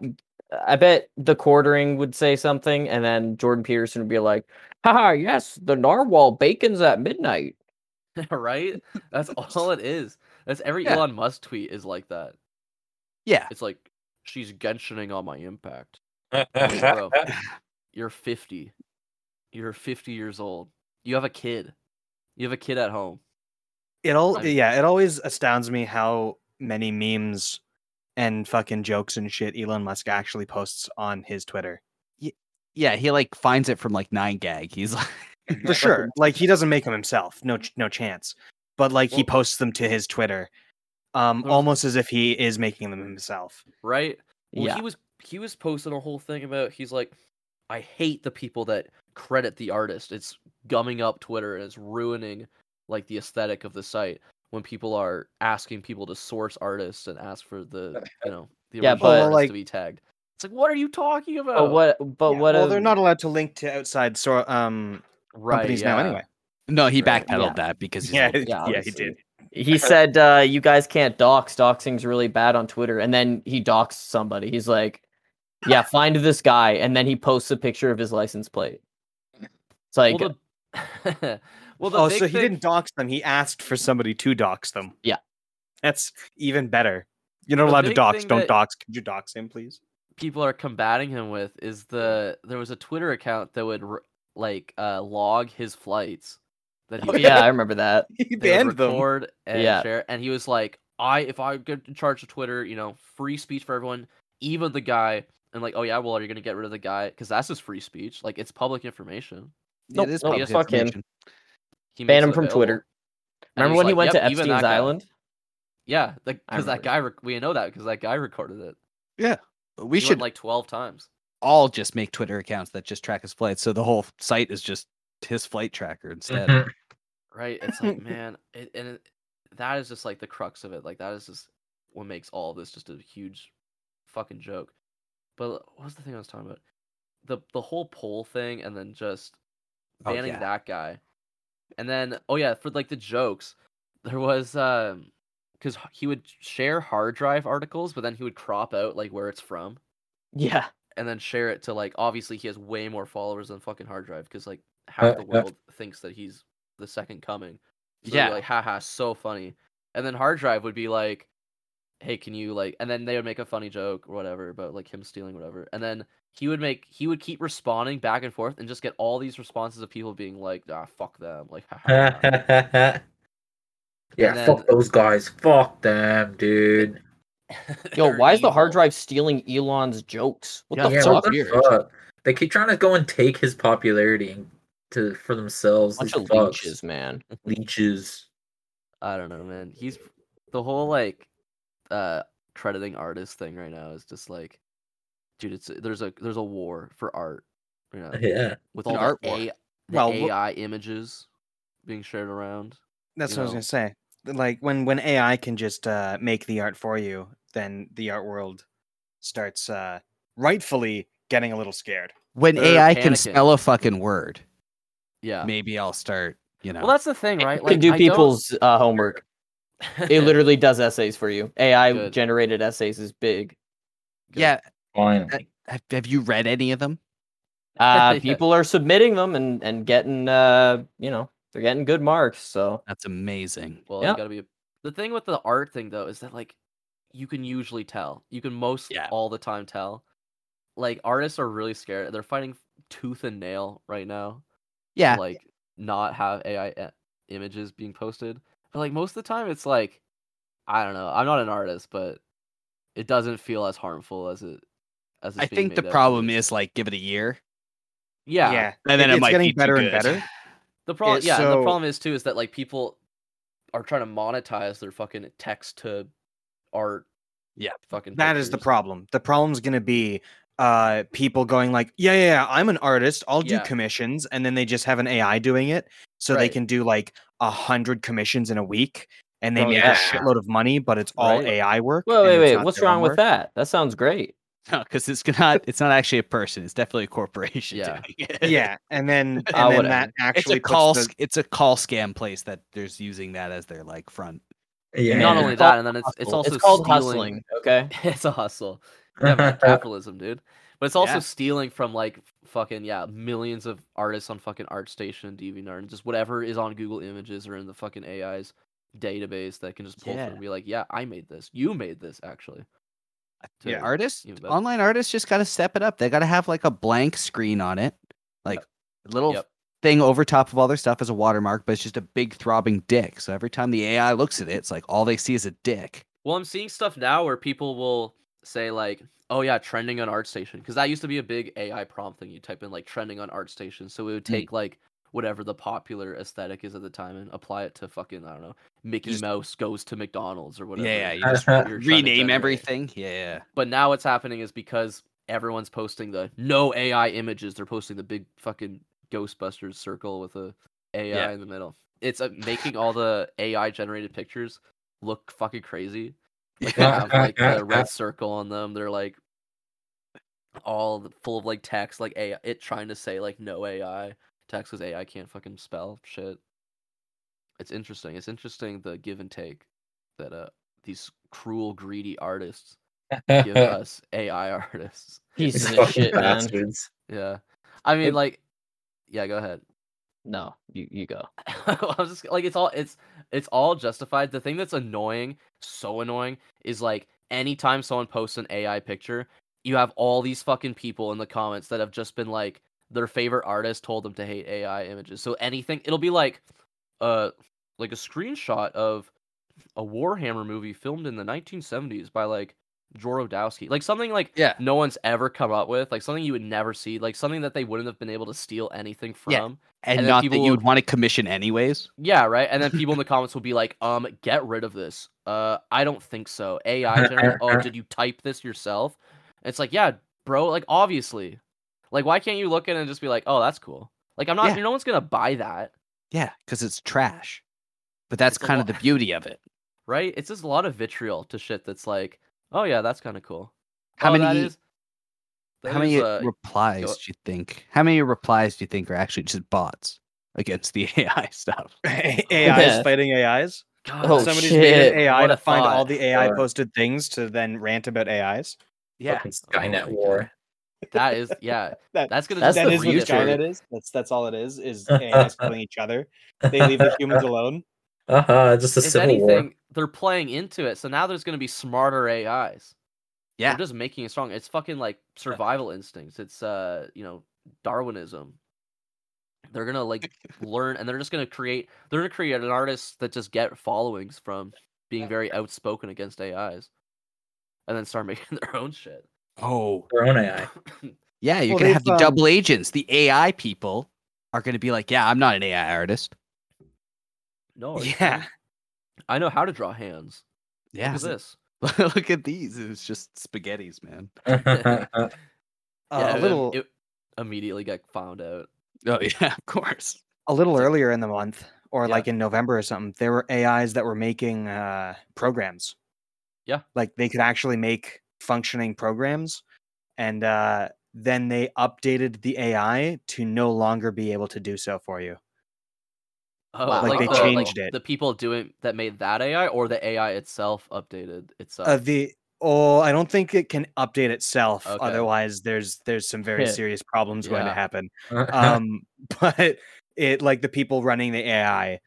I bet the quartering would say something, and then Jordan Peterson would be like, "Haha, yes, the narwhal bacon's at midnight." [LAUGHS] right? That's all it is. That's every Yeah. Elon Musk tweet is like that. Yeah. It's like she's genshining on my impact. Bro, you're 50. You're 50 years old. You have a kid. You have a kid at home. It all Right. yeah, it always astounds me how many memes and fucking jokes and shit Elon Musk actually posts on his Twitter. Yeah, he like finds it from like nine gag. He's like For sure. Like he doesn't make them himself. No ch- no chance. But like he Well- posts them to his Twitter. Um There's- almost as if he is making them himself. Right? Well, yeah, he was he was posting a whole thing about he's like, I hate the people that credit the artist. It's gumming up Twitter and it's ruining like the aesthetic of the site when people are asking people to source artists and ask for [LAUGHS] the you know the Yeah, original but- artist like- to be tagged. It's like, what are you talking about? but what? But Yeah, what? well, if- they're not allowed to link to outside sor- um right, companies now yeah. anyway. [LAUGHS] No, he Right. backpedaled Yeah. that because he's a [LAUGHS] Yeah, little- yeah, yeah, he obviously. did. He said, uh, "You guys can't dox. Doxing's really bad on Twitter." And then he doxed somebody. He's like, "Yeah, find this guy," and then he posts a picture of his license plate. It's like, Well, the, [LAUGHS] well, the oh, big so he thing- didn't dox them. He asked for somebody to dox them. Yeah. That's even better. You're not The allowed to big dox. thing Don't that- dox. Could you dox him, please? [LAUGHS] people are combating him with is the there was a Twitter account that would r like uh, log his flights that he oh, would- [LAUGHS] yeah, I [LAUGHS] remember that. He they would banned them. record and Yeah. share, and he was like, I if I get in charge of Twitter, you know, free speech for everyone, even the guy. And like, oh yeah, well, you're gonna get rid of the guy because that's his free speech. Like, it's public information. Nope, it is nope, public fuck him. information. He Ban makes him it from available. Twitter. And Remember he's when he like, went "Yep, to even that Epstein's guy." [LAUGHS] Island? Yeah, because remember. that guy rec- we know that because that guy recorded it. We He went, should like twelve times. all just make Twitter accounts that just track his flights. So the whole site is just his flight tracker instead. Mhm. Right? It's like, man, it, and it, that is just like the crux of it. Like that is just what makes all this just a huge fucking joke. But what was the thing I was talking about? The the whole poll thing, and then just Oh, banning yeah. that guy, and then oh yeah, for like the jokes, there was um because he would share hard drive articles, but then he would crop out like where it's from, Yeah, and then share it to like obviously he has way more followers than fucking hard drive because like half the yeah. world thinks that he's the second coming. So yeah. Yeah. Like haha, so funny. And then hard drive would be like, hey, can you like? And then they would make a funny joke or whatever about like him stealing whatever. And then he would make he would keep responding back and forth and just get all these responses of people being like, ah, fuck them, like. ha, ha, ha. [LAUGHS] yeah, then- fuck those guys. Fuck them, dude. [LAUGHS] Yo, They're why is the hard evil. drive stealing Elon's jokes? What Yeah, the yeah, fuck? what the weird. fuck? They keep trying to go and take his popularity and to for themselves. bunch these of fucks. leeches, man. Leeches. I don't know, man. He's the whole like uh crediting artists thing right now is just like, dude, it's there's a there's a war for art, you [LAUGHS] know, Yeah. with all An the, art war. A- the Well, wh- AI images being shared around. That's you what I was know? gonna say. Th- Like when when AI can just uh, make the art for you, then the art world starts uh, rightfully getting a little scared. When They're AI can panicking. spell a fucking word, Yeah. maybe I'll start. You know, Well, that's the thing, right? It [LAUGHS] can do I don't- people's [LAUGHS] uh, homework. It literally does essays for you. AI Good. generated essays is big. good. yeah. uh, Finally. Have, have you read any of them? Uh, [LAUGHS] Yeah. People are submitting them and and getting uh, you know they're getting good marks. So That's amazing. Well, Yeah. you gotta be. The thing with the art thing though is that like you can usually tell. You can most Yeah. all the time tell. Like artists are really scared. They're fighting tooth and nail right now. to, Yeah, like not have AI i- images being posted. But like most of the time, it's like I don't know. I'm not an artist, but it doesn't feel as harmful as it as. It's I being think the made out to problem be. is like give it a year, [LAUGHS] yeah, and then it, it's might getting be too better and good. better. the problem. it's Yeah, and the so- problem is too is that like people are trying to monetize their fucking text to art. Yeah. fucking. That is the pictures. problem. The problem's gonna be uh, people going like, yeah, yeah, yeah, I'm an artist. I'll do Yeah. commissions, and then they just have an AI doing it, so they Right. can do like a hundred commissions in a week, and they Oh, make yeah. a shitload of money, but it's all Right. AI work. wait, and wait, it's wait. not What's their own wrong with work. that? That sounds great. No, because it's not. It's not actually a person. It's definitely a corporation. Yeah. doing it. [LAUGHS] Yeah, and then and Ah, then whatever. that [LAUGHS] It's actually a call. [LAUGHS] puts sc- It's a call scam place that there's using that as their like front. Yeah. Not [LAUGHS] only It's that, called and then it's it's Hustle. also it's called stealing- hustling. [LAUGHS] Okay. it's a hustle. Yeah, man, capitalism, dude. But it's also Yeah. stealing from like f- fucking yeah, millions of artists on fucking ArtStation and DeviantArt and just whatever is on Google Images or in the fucking AI's database that can just pull through Yeah. and be like, yeah, I made this. You made this actually. To- Yeah. Artists, even better. online artists, just got to step it up. They got to have like a blank screen on it, like a little Yep. thing over top of all their stuff as a watermark, but it's just a big throbbing dick. So every time the AI looks at it, it's like all they see is a dick. Well, I'm seeing stuff now where people will say like, "Oh yeah, trending on ArtStation," because that used to be a big AI prompt thing. You type in like "trending on ArtStation," so it would Mm. take like whatever the popular aesthetic is at the time and apply it to fucking I don't know, Mickey Just- Mouse goes to McDonald's or whatever. yeah, you just [LAUGHS] you're trying to Rename generate. everything. Yeah. But now what's happening is because everyone's posting the no AI images, they're posting the big fucking Ghostbusters circle with a AI Yeah. in the middle. It's uh, making all the AI generated pictures look fucking crazy. Like they [LAUGHS] have like the red circle on them. They're like all the- full of like text, like AI, it trying to say like no AI text because AI can't fucking spell shit. It's interesting. It's interesting the give and take that uh these cruel, greedy artists give us AI [LAUGHS] artists. Pieces These of fucking shit, man. bastards. Yeah, I mean It- like, yeah, go ahead. No, you you go. [LAUGHS] I was just like it's all it's it's all justified. The thing that's annoying, so annoying, is like anytime someone posts an AI picture, you have all these fucking people in the comments that have just been like their favorite artist told them to hate AI images. So anything it'll be like uh like a screenshot of a Warhammer movie filmed in the 1970s by like Jorodowski. Like something like Yeah. no one's ever come up with, like something you would never see, like something that they wouldn't have been able to steal anything from. Yeah. And And, then not that people you would- would want to commission anyways. Yeah, right. And then people [LAUGHS] in the comments will be like, um, get rid of this. Uh, I don't think so. AI generated. [LAUGHS] oh, did you type this yourself? And it's like, yeah, bro, like obviously. Like, why can't you look at it and just be like, oh, that's cool? Like, I'm not Yeah. no one's gonna buy that, Yeah, because it's trash. But that's It's a kind lot- of the beauty of it. right? It's just a lot of vitriol to shit that's like, oh yeah, that's kinda cool. How Oh, that many is- that how many is, uh, replies do you think? How many replies do you think are actually just bots against the [LAUGHS] AI stuff? AIs Yeah. fighting AIs. God, Oh, Somebody's shit. made an AI What a to find all thought. the AI Sure. posted things to then rant about AIs. Yeah. Fucking Oh my Skynet God. [LAUGHS] war. that is [LAUGHS] yeah. That- that's gonna that's just that is what real breed story. Skynet hatred. is. That's that's all [LAUGHS] it is. Is AIs killing each other. They leave the humans alone. Uh huh. Just a if civil anything, war. they're playing into it. So now there's going to be smarter AIs. Yeah. They're just making it strong. It's fucking like survival instincts. It's uh, you know, Darwinism. They're gonna like learn, and they're just gonna create. They're gonna create an artist that just get followings from being very outspoken against AIs, and then start [LAUGHS] making their own shit. Oh, Their own AI. yeah. You're Well, gonna have they've, um the double agents. The AI people are gonna be like, yeah, I'm not an AI artist. [COUGHS] No, Oh, it's- Yeah. I know how to draw hands. Yeah. Look at this. [LAUGHS] Look at these. It was just spaghetti's, man. [LAUGHS] Uh, and a then little It immediately got found out. Oh yeah, of course. a little earlier in the month or Yeah. like in November or something, there were AIs that were making uh, programs. Yeah. Like they could actually make functioning programs. And uh, then they updated the AI to no longer be able to do so for you. Oh, Wow. Like, they the- changed it. The people doing that made that AI, or the AI itself updated itself. Uh, the oh, I don't think it can update itself. Okay. Otherwise, there's there's some [LAUGHS] very Yeah. serious problems going to Yeah. happen. Uh-huh. um, [LAUGHS] but it like the people running the AI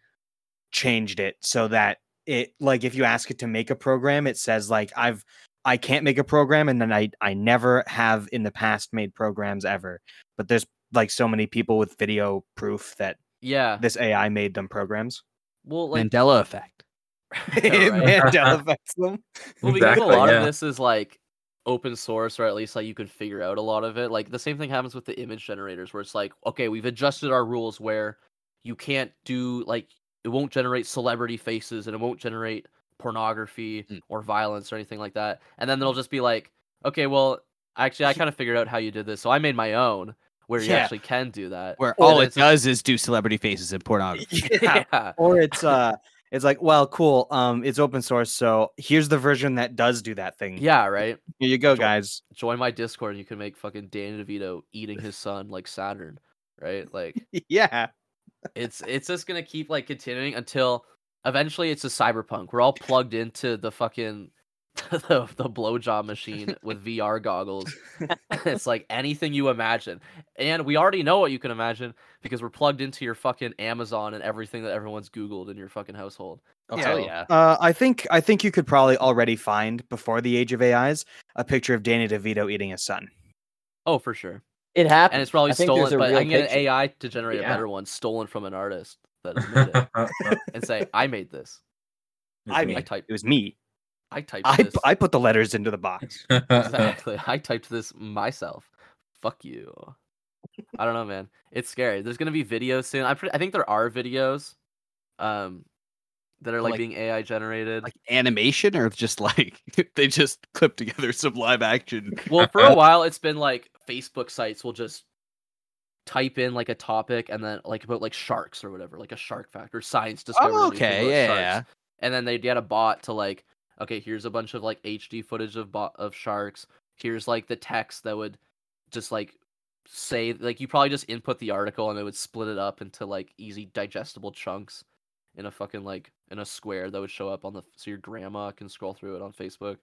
changed it so that it like if you ask it to make a program, it says like I've I can't make a program, and then I I never have in the past made programs ever. But there's like so many people with video proof that yeah. this AI made them programs. [LAUGHS] Well, like Mandela effect. [LAUGHS] Yeah, right. Mandela affects them. Well, [LAUGHS] because Exactly, a lot yeah. of this is like open source, or at least like you can figure out a lot of it. Like the same thing happens with the image generators, where it's like, okay, we've adjusted our rules where you can't do like it won't generate celebrity faces and it won't generate pornography Mm. or violence or anything like that. And then they'll just be like, okay, well, actually, I kind of figured out how you did this, so I made my own where you Yeah. actually can do that. Where And all then it it's like- does is do celebrity faces and pornography. Yeah. yeah. or it's uh it's like well cool um it's open source so here's the version that does do that thing Yeah, right. here you go Sure. guys [LAUGHS] Join my Discord and you can make fucking Danny DeVito eating his son like Saturn, right? Like yeah it's it's just gonna keep like continuing until eventually it's a cyberpunk. We're all plugged into the fucking [LAUGHS] the, the blowjob machine with VR goggles. [LAUGHS] it's like anything you imagine, and we already know what you can imagine because we're plugged into your fucking Amazon and everything that everyone's Googled in your fucking household. Oh Yeah. yeah. [LAUGHS] Uh, I think I think you could probably already find before the age of AIs a picture of Danny DeVito eating his son. Oh, for sure. It happened. And it's probably I think there's stolen, a but real I can get picture. an AI to generate a Yeah. better one, stolen from an artist that made it, [LAUGHS] and say, "I made this. I I mean- typed. It was me. I typed I, this. I put the letters into [LAUGHS] the box. exactly. I typed this myself. Fuck you. I don't know, man. It's scary. There's gonna be videos soon. I pre- I think there are videos, um, that are like, Like- being AI generated. Like animation or just like [LAUGHS] they just clip together some live action. well, for a while, it's been like Facebook sites will just type in like a topic and then like about like sharks or whatever, like a shark fact or science discovery. Oh, or anything okay, about yeah, sharks. yeah. And then they get a bot to like, okay, here's a bunch of like HD footage of bo- of sharks. Here's like the text that would just like say like you probably just input the article and it would split it up into like easy digestible chunks in a fucking like in a square that would show up on the so your grandma can scroll through it on Facebook.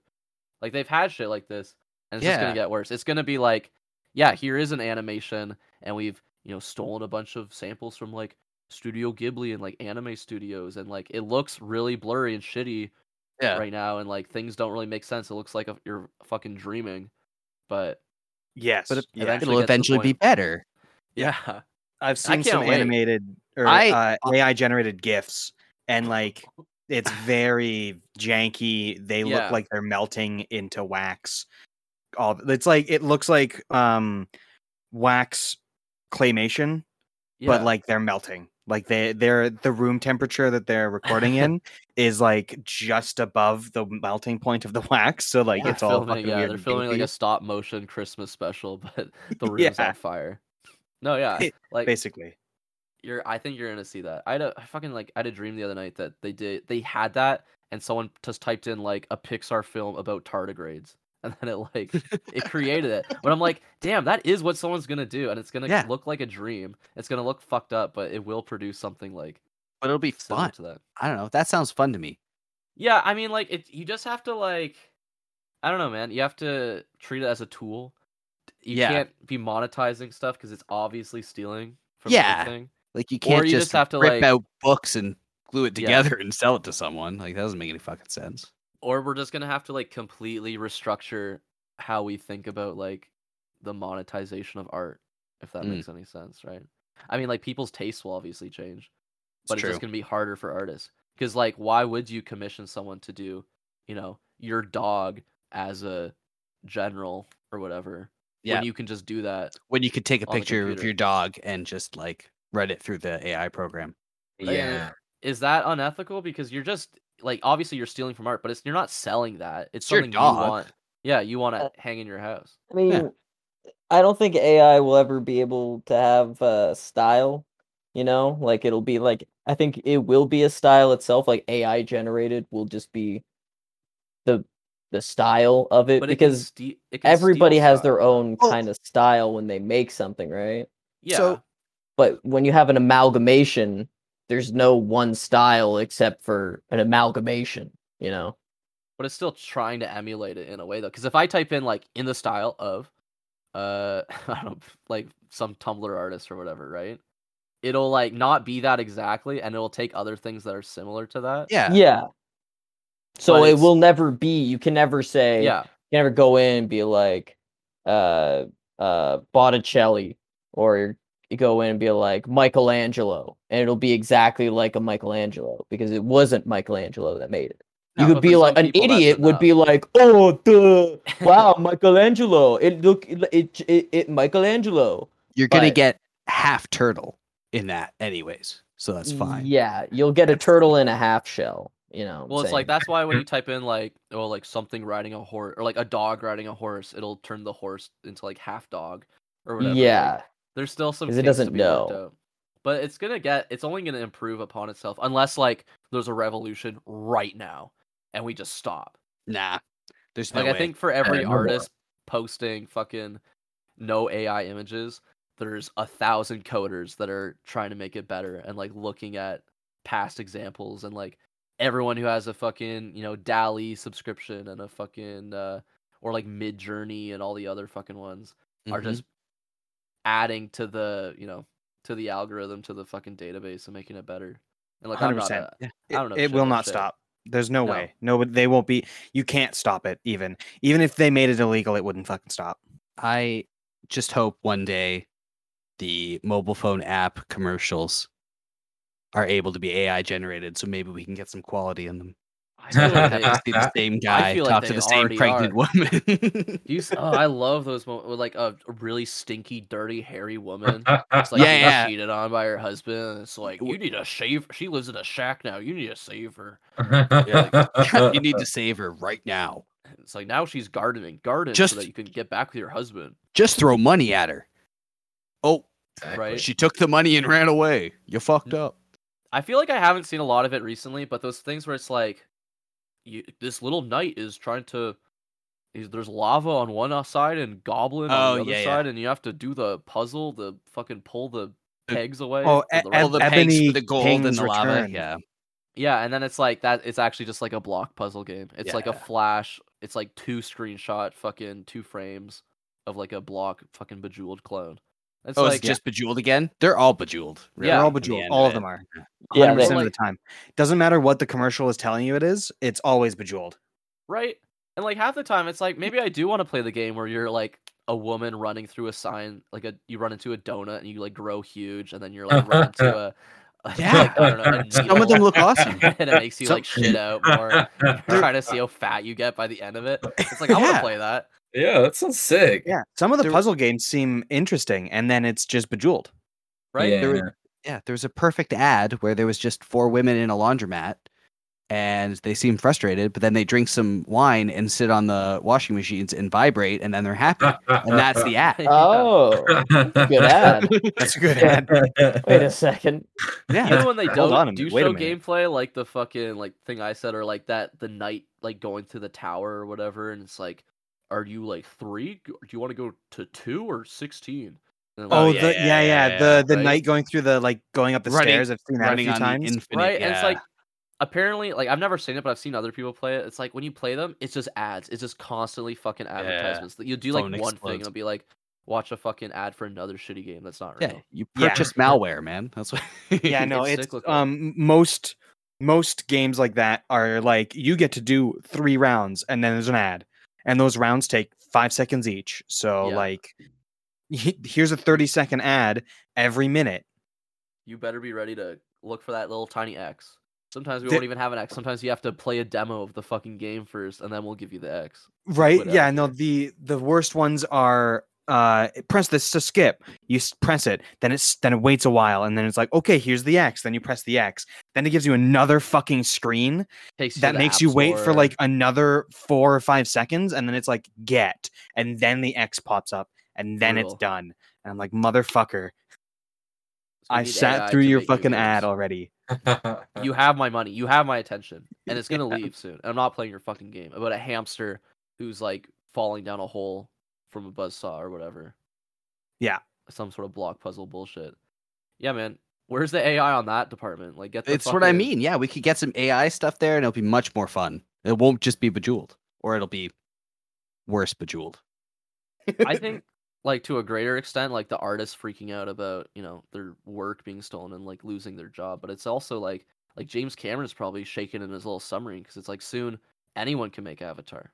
Like they've had shit like this, and it's just Yeah. gonna get worse. It's gonna be like, yeah, here is an animation, and we've you know stolen a bunch of samples from like Studio Ghibli and like anime studios, and like it looks really blurry and shitty Yeah. right now, and like things don't really make sense. It looks like a, you're fucking dreaming, but Yes, but But it- yeah. eventually- It'll get to the eventually be point- better. yeah, I've seen can't some wait. animated or I- uh, AI generated gifs, and like it's very janky. They Yeah. look like they're melting into wax. All it's like it looks like um wax claymation, yeah. but like they're melting. Like they they're the room temperature that [LAUGHS] they're recording in is like just above the melting point of the wax. So [LAUGHS] like They're it's all filming, fucking yeah, weird they're and filming like goofy, a stop motion Christmas special, [LAUGHS] [LAUGHS] but the room's Yeah. on fire. No, yeah, [LAUGHS] like basically. you're i think you're gonna see that i had a I fucking like i had a dream the other night that they did they had that and someone just typed in like a pixar film about tardigrades [LAUGHS] and then it like it created it but i'm like damn that is what someone's gonna do and it's gonna Yeah. look like a dream it's gonna look fucked up but it will produce something like But it'll be similar fun. to that I don't know. That sounds fun to me. yeah i mean like it you just have to like i don't know man you have to treat it as a tool you Yeah. can't be monetizing stuff because it's obviously stealing from Yeah. everything Like you Or can't you just, just have to, rip like- out books and glue it Yeah. together [LAUGHS] and sell it to someone. Like that doesn't make any fucking sense. or we're just gonna have to like completely restructure how we think about like the monetization of art, if that Mm. makes any sense, right? I mean, like people's tastes will obviously change, It's but it's, true. just gonna be harder for artists because like, why would you commission someone to do, you know, your dog as a general or whatever yeah, when you can just do that? when you could take a on the picture of computer. your dog and just like read it through the AI program. Yeah. Is that unethical? Because you're just like obviously you're stealing from art, but it's you're not selling that. It's, It's your something dog. you want. Yeah, you want to Uh, hang in your house. I mean, I don't think AI will ever be able to have uh, style. You know, like it'll be like I think it will be a style itself. Like AI generated will just be the the style of it But it can because ste- it can steal everybody has style. their own Well- kind of style when they make something, right? yeah. so- But when you have an amalgamation, there's no one style except for an amalgamation. You know, but it's still trying to emulate it in a way though. Because if I type in like in the style of, uh, [LAUGHS] I don't know, like some Tumblr artist or whatever, right? It'll like not be that exactly, and it'll take other things that are similar to that. Yeah. yeah. So But it it's- will never be. You can never say, yeah, you never go in and be like uh uh Botticelli or you go in and be like Michelangelo and it'll be exactly like a Michelangelo because it wasn't Michelangelo that made it. No, you but could for be some like an people, that's idiot would be like, "Oh, [LAUGHS] duh, wow, Michelangelo! It look it it, it, it Michelangelo." You're gonna But- get half turtle in that, anyways. So that's fine. Yeah, you'll get a That's- turtle in a half shell. You know. what I'm Well, it's like saying? that's why when you type in like oh like something riding a horse or like a dog riding a horse, it'll turn the horse into like half dog or whatever. like, Yeah, there's still some 'Cause it kinks to doesn't be worked know. out. But it's gonna get it's only gonna improve upon itself unless like there's a revolution right now and we just stop. Nah. There's no Like way. I think for every no way. artist posting fucking no AI images, there's a thousand coders that are trying to make it better and like looking at past examples and like everyone who has a fucking, you know, DALI subscription and a fucking uh or like Midjourney and all the other fucking ones are Mhm. just adding to the you know to the algorithm to the fucking database and making it better. And like I'm not 100%. a- It, I don't know it shit will about not shit. stop. There's no, No. way. No, but they won't be. You can't stop it. Even even if they made it illegal, it wouldn't fucking stop. I just hope one day the mobile phone app commercials are able to be AI generated, so maybe we can get some quality in [LAUGHS] them. I feel like Have [LAUGHS] they- [LAUGHS] to see the same guy feel talk like to they the same already pregnant are. woman. [LAUGHS] you [LAUGHS] s- oh, I love those moments with like a really stinky, dirty, hairy woman. It's like Yeah, she yeah. got cheated on by her husband. and It's like W- you need to shave. She lives in a shack now. You need to save her. [LAUGHS] you need to save her right now. And It's like now she's gardening, garden so Just- that you can get back with your husband. Just throw money at her. Oh, Right. she took the money and ran away. You fucked up. I feel like I haven't seen a lot of it recently, but those things where it's like, you, this little knight is trying to. is- There's lava on one o- side and goblin on Oh, the other yeah, yeah. side, and you have to do the puzzle, the fucking pull the The- pegs away. Oh, or the e- e- rope. All the pegs Ebony for the gold and King's the lava. Return. Yeah. yeah, and then it's like that. It's actually just like a block puzzle game. It's like a Yeah. flash. It's like two screenshot, fucking two frames of like a block, fucking bejeweled clone. It's oh, like it's just bejeweled again? They're all bejeweled. really, Yeah. They're all in the bejeweled. end All of it. them are. Yeah, 100 they- percent of the time. Doesn't matter what the commercial is telling you. It is. It's always bejeweled. right? And like half the time, it's like maybe I do want to play the game where you're like a woman running through a sign, like a you run into a donut and you like grow huge, and then you're like running to a, [LAUGHS] a like, Yeah. I don't know, a Some of them needle, [LAUGHS] look awesome. and it makes you like Some- shit [LAUGHS] out more. yeah, trying to see how fat you get by the end of it. It's like I want Yeah. to play that. that sounds sick. Yeah. Some of the There- puzzle games seem interesting, and then it's just bejeweled. Right? Yeah. There was- yeah, there was a perfect ad where there was just four women in a laundromat and they seem frustrated, but then they drink some wine and sit on the washing machines and vibrate and then [LAUGHS] they're happy. And that's [LAUGHS] the [LAUGHS] ad. Oh, good ad. That's a good Yeah. [LAUGHS] ad. Wait a second. You Yeah. know when they Hold don't on a do minute, wait a show minute. gameplay, like the fucking like thing I said, or like that the knight like going through the tower or whatever, and it's like, are you like three? G- Do you want to go to two or sixteen? And Oh, like, the, yeah, yeah, The the right? night going through the like going up the Running- stairs. I've seen that a Running few on the times. infinite, right, and it's yeah. like apparently like I've never seen it, but I've seen other people play it. It's like when you play them, it's just ads. It's just constantly fucking advertisements. You do like Phone one thing, and explodes. it'll be like, watch a fucking ad for another shitty game that's not real. yeah, you [LAUGHS] Yeah. [LAUGHS] purchase malware, man. That's what yeah, no, it's cyclical. um most most games like that are like you get to do three rounds and then there's an ad and those rounds take five seconds each so Yeah. like he- here's a 30 second ad every minute you better be ready to look for that little tiny X. Sometimes we Thi- won't even have an X. Sometimes you have to play a demo of the fucking game first, and then we'll give you the X. right Put yeah out no there. the the worst ones are uh press this to skip you s- press it then it's then it waits a while and then it's like okay here's the x then you press the x then it gives you another fucking screen Takes you to that the makes App you wait for Store. like another four or five seconds and then it's like get and then the x pops up and then Brutal. it's done and i'm like motherfucker So we i need sat AI through to your make new fucking ad games. [LAUGHS] already [LAUGHS] You have my money. You have my attention, and it's gonna Yeah. leave soon. I'm not playing your fucking game about a hamster who's like falling down a hole from a buzzsaw or whatever. Yeah. some sort of block puzzle bullshit. Yeah, man. Where's the AI on that department? Like, get the It's what I fucking- mean. Yeah, we could get some AI stuff there, and it'll be much more fun. It won't just be Bejeweled, or it'll be worse Bejeweled. I think like to a greater extent, like the artists freaking out about, you know, their work being stolen and like losing their job. But it's also like like James Cameron's probably shaking in his little submarine because it's like soon anyone can make Avatar.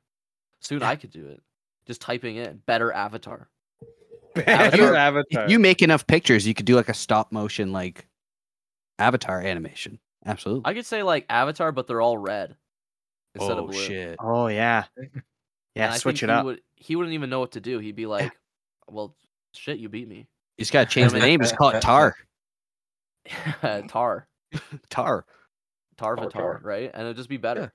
Soon I could do it. Just typing in better Avatar. Better avatar If you make enough pictures, you could do like a stop motion like Avatar animation. Absolutely. I could say like Avatar, but they're all red instead oh of blue. shit! [LAUGHS] oh yeah And yeah I switch it think up He, would, he wouldn't even know what to do. He'd be like, "Well, shit, you beat me, [LAUGHS] You just gotta change the name. [LAUGHS] Just call it Tar. Tar." Tar. Tarvatar, Tarvatar. right? And it'll just be better.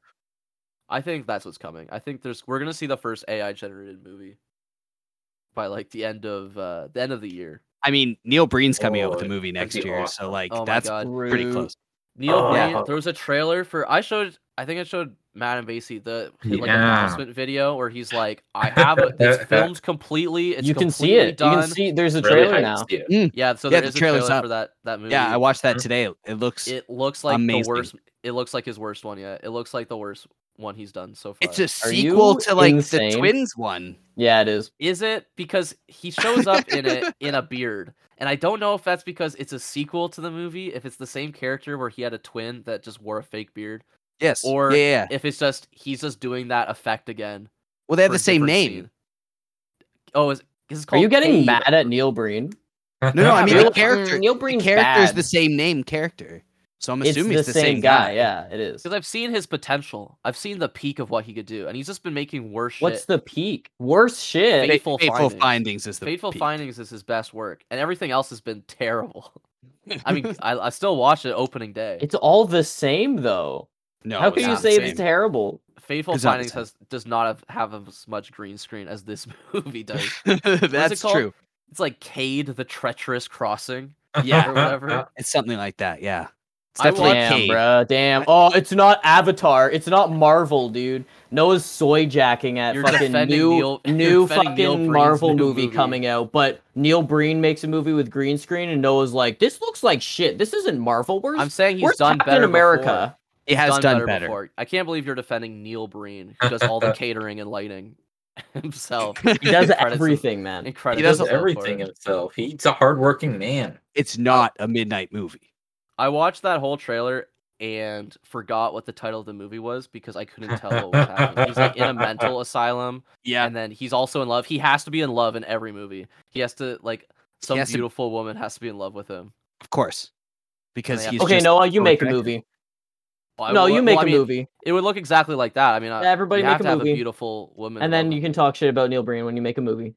I think that's what's coming. I think there's we're gonna see the first AI generated movie by like the end of uh the end of the year. I mean, Neil Breen's coming out with a Oh, movie that'd next be year, so awesome. like oh that's my god. pretty close. Neil Oh, Breen, yeah. there was a trailer for I showed I think I showed Matt and Basie the his, like Yeah. announcement video where he's like, I have it it's filmed completely, it's you can see completely it. done. You can see there's a Really trailer hyped now. to see it. Yeah, so Yeah, there the is a trailer's trailer up. for that that movie. Yeah, I watched that Mhm. today. It looks it looks like the Amazing. worst it looks like his worst one yet. It looks like the worst one he's done so far. it's a you sequel to like the insane? twins one. Yeah, it is. Is it because he shows up in it in a beard? And I don't know if that's because it's a sequel to the movie, if it's the same character where he had a twin that just wore a fake beard, Yes. Or- yeah, yeah. if it's just he's just doing that effect again. Well, they have for the a same different name. scene. Oh, is, is it Are called you getting Cave? mad at Neil Breen? No, no, I mean [LAUGHS] Neil- the character. mm, Neil the Breen's character's bad. the same name character. So I'm It's assuming the, it's the same, guy. Yeah, it is. Because I've seen his potential. I've seen the peak of what he could do. And he's just been making worse What's shit. the peak? Worse shit. Fate- Fateful, Fateful findings. Findings. is the Fateful peak. Findings is his best work. And everything else has been terrible. [LAUGHS] I mean, I, I still watch it opening day. It's all the same though. No, How can it's you not the say same. [LAUGHS] it's terrible? Fateful It's not the Findings same. has does not have, have as much green screen as this [LAUGHS] movie [LAUGHS] does. That's called? true. It's like Cade the Treacherous Crossing Yeah. or [LAUGHS] whatever. It's something like that. Yeah. It's I definitely watched- Damn, Cave. bruh. Damn. Oh, it's not Avatar. It's not Marvel, dude. Noah's soy jacking at You're fucking defending new Neil- [LAUGHS] you're new defending Neil fucking Breen's Marvel new movie, movie. coming out, but Neil Breen makes a movie with green screen, and Noah's like, "This looks like shit. This isn't Marvel. Where's, I'm saying he's where's done Captain better. America?" He Before. has He's done, better. before. I can't believe you're defending Neil Breen, who does [LAUGHS] all the catering and lighting [LAUGHS] himself. [LAUGHS] He does [LAUGHS] Credits him. everything, man. Incredible. He He does does all- everything himself. He's a hardworking man. It's not a midnight movie. I watched that whole trailer and forgot what the title of the movie was because I couldn't tell what was happening. He's like in a [LAUGHS] mental asylum, Yeah. and then he's also in love. He has to be in love in every movie. He has to like some has to- beautiful woman has to be in love with him. Of course. Because yeah. he's Okay, just Noah, you so make a attractive. movie. Well, I No, wa- you well, make I a mean, movie. It would look exactly like that. I mean, I, Yeah, everybody you make have a to have movie. a beautiful woman, And in love then with you can him. talk shit about Neil Breen when you make a movie.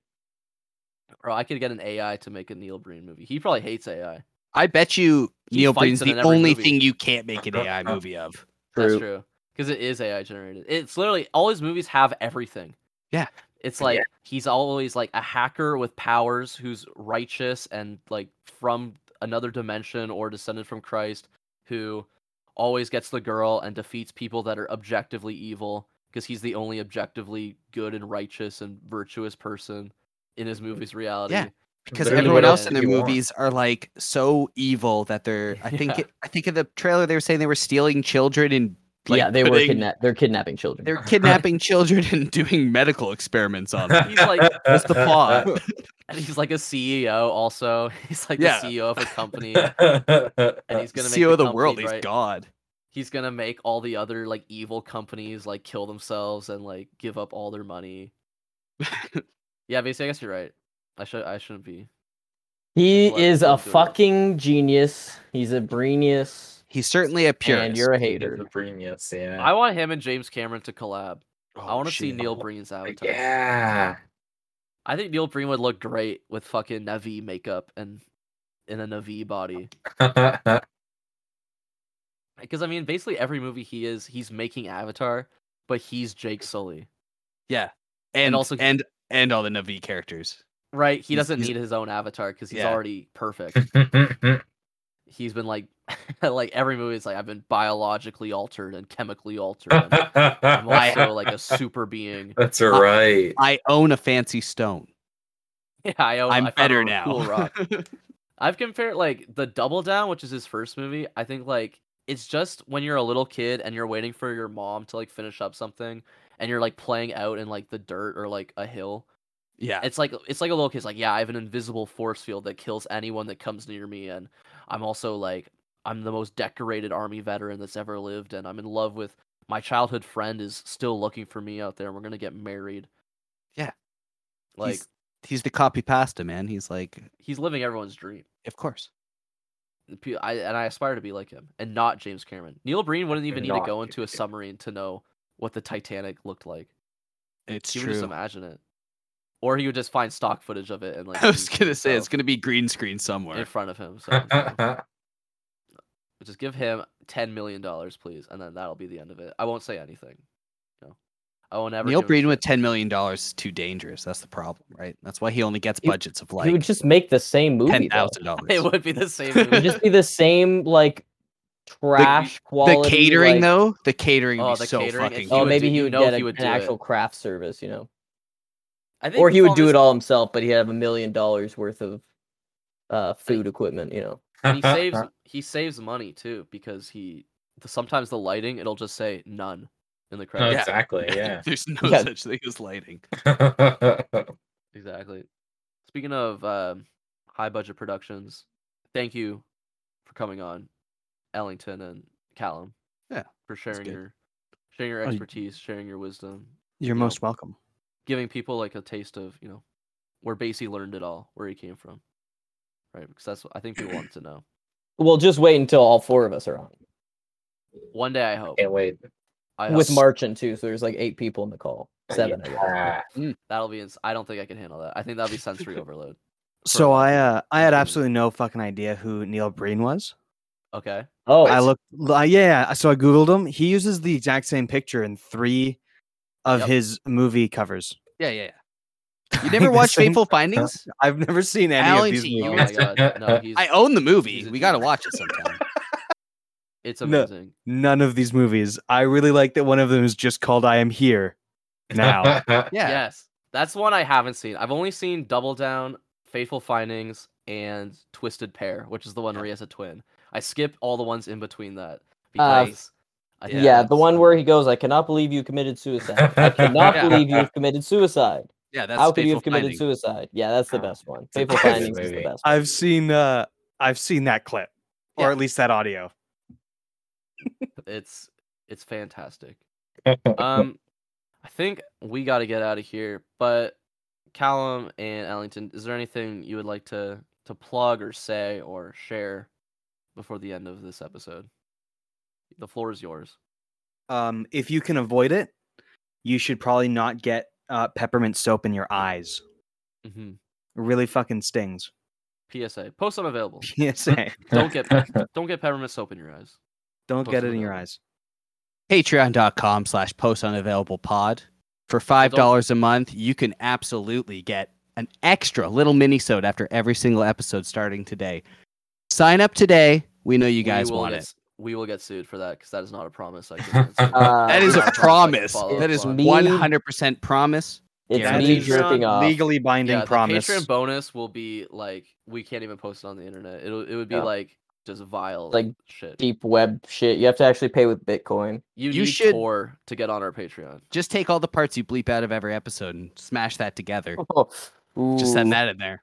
Or I could get an AI to make a Neil Breen movie. He probably hates AI. I bet you He Neil fights Breen's it in the every only movie. thing you can't make an AI movie of. That's True. true. Because it is AI generated. It's literally all his movies have everything. Yeah. It's Yeah. like he's always like a hacker with powers who's righteous and like from another dimension or descended from Christ who always gets the girl and defeats people that are objectively evil because he's the only objectively good and righteous and virtuous person in Mm. his movie's reality. Because Literally everyone what else else in do their you want? movies are like so evil that they're. [LAUGHS] I think. Yeah. It, I think in the trailer they were saying they were stealing children and. Like, yeah, they were putting- kidna- They're kidnapping children. They're kidnapping children and doing medical experiments on them. [LAUGHS] He's like- What's the [LAUGHS] plot? [LAUGHS] And he's like a CEO also. [LAUGHS] He's like Yeah. the CEO of a company. [LAUGHS] and and he's gonna make CEO the E of the company world. He's bright. God. he's gonna make all the other like evil companies like kill themselves and like give up all their [LAUGHS] money. yeah, basically, I guess you're right. I should I shouldn't be. He What is are you a doing? fucking genius. He's a brainius, He's certainly a purist. and you're a The hater. Brenius, yeah. I want him and James Cameron to collab. I Oh, want to see shit. Neil Breen's avatar. yeah. I think Neil Breen would look great with fucking Navi makeup and in a Navi body. Because I mean, basically every movie he is, he's making Avatar, but he's Jake Sully. and, also- also and and all the Navi characters. Right? He He's- doesn't he's- need his own Avatar because he's Yeah. already [LAUGHS] perfect. [LAUGHS] he's been like, [LAUGHS] like every movie is like I've been biologically altered and chemically altered. and [LAUGHS] I'm also like a super being. [LAUGHS] [LAUGHS] That's right. I own a fancy stone. Yeah, I own, I'm I found a better r- now. Cool rock. [LAUGHS] I've compared like the Double Down, which is his first movie. I think like it's just when you're a little kid and you're waiting for your mom to like finish up something, and you're like playing out in like the dirt or like a hill. yeah. It's like it's like a little kid's like, yeah, I have an invisible force field that kills anyone that comes near me, and I'm also like, I'm the most decorated army veteran that's ever lived, and I'm in love with my childhood friend is still looking for me out there, and we're gonna get married. Yeah. like he's, he's the copy pasta man. He's like, he's living everyone's dream. of course. the pe- I, and I aspire to be like him and not James Cameron. Neil Breen wouldn't even need to Not go into a James Cameron. submarine to know what the Titanic looked like. It's he would just true. imagine it, or he would just find stock footage of it and like [LAUGHS] I was use it gonna say it's himself gonna be green screen somewhere. in front of him. [LAUGHS] So, so just give him ten million dollars, please, and then that'll be the end of it. I won't say anything. No, I won't ever. Neil give a Breen with shit. ten million dollars is too dangerous. That's the problem, right? That's why he only gets He- budgets of he like would just make the same movie. ten though. [LAUGHS] thousand [LAUGHS] It dollars. would be the [LAUGHS] same. It would movie. just be [LAUGHS] the same like trash The quality. catering like- though, the catering Oh, would be the so catering, fucking. he Oh, would good. maybe do- he you would know get he a- would an do it. actual craft service, you know, I think or he would Paul do Mis- it all himself, but he'd have a million dollars worth of uh, food equipment, you know. and he saves he saves money too because he sometimes the lighting it'll just say none in the No, credits. Oh, Exactly. [LAUGHS] [LAUGHS] Yeah. There's no Yeah. such thing as lighting. Exactly. Speaking of um high budget productions, thank you for coming on, Ellington and Callum. Yeah, for sharing good. your sharing your Oh, y- expertise, sharing your wisdom, You're Yeah. most welcome. giving people like a taste of you know where Basie learned it all, where he came from, right? Because that's what I think people want to [CLEARS THROAT] know. Well, just wait until all four of us are on One day I hope. Can't wait. I with hope. Marchin too. So there's like eight people in the call, seven. I guess. Yeah. that'll be. Ins- I don't think I can handle that. I think that'll be sensory overload. So I uh, I had Mhm. absolutely no fucking idea who Neil Breen was. [LAUGHS] Okay. Oh, I looked, uh, yeah. So I googled him. He uses the exact same picture in three of Yep. his movie covers. [LAUGHS] Yeah, yeah, yeah. You The never watched same- Fateful Findings? I've never seen any Alan of T, these you Oh movies. my god. [LAUGHS] No, he's. I own the movie. he's a We gotta genius. watch it sometime. It's No. amazing. None of these movies. I really like that one of them is just called "I Am Here." [LAUGHS] [LAUGHS] Now, Yeah. Yes. That's one I haven't seen. I've only seen Double Down, Fateful Findings, and Twisted Pair, which is the one where he has a twin. I skip all the ones in between that Uh, because I yeah, think the that's- one where he goes, "I cannot believe you committed [LAUGHS] suicide. I cannot Yeah. believe you have committed suicide. Yeah, that's How could you Fateful have committed Findings. suicide?" Yeah, that's the Oh, best one. a [LAUGHS] Faithful great Findings is the movie. best. one. I've seen uh, I've seen that clip, or at least that audio. it's it's fantastic. Um I think we gotta get out of here, but Callum and Ellington, is there anything you would like to to plug or say or share before the end of this episode? The floor is yours. Um, if you can avoid it, you should probably not get uh, peppermint soap in your eyes. hmm It really fucking stings. [LAUGHS] PSA. Post unavailable. PSA: Don't [LAUGHS] get Don't get peppermint soap in your eyes. Don't Post get it in something your else. eyes. patreon.com slash post unavailable pod for five dollars a month you can absolutely get an extra little mini sode after every single episode starting today sign up today we know you guys we will want get, it s- We will get sued for that because that is not a [LAUGHS] promise. I can answer. Uh, that is a Not I can promise [LAUGHS] follow that up is on. me- 100% promise It's Yeah, uh, me Patreon jerking off. legally binding Yeah, the promise. Patreon bonus will be like we can't even post it on the internet. It'll it would be Oh. Yeah. like just vile Like, shit. Deep web shit. You have to actually pay with Bitcoin. [LAUGHS] you You need should- Tor to get on our Patreon. just take all the parts you bleep out of every episode and smash that together Oh, just send ooh. that in there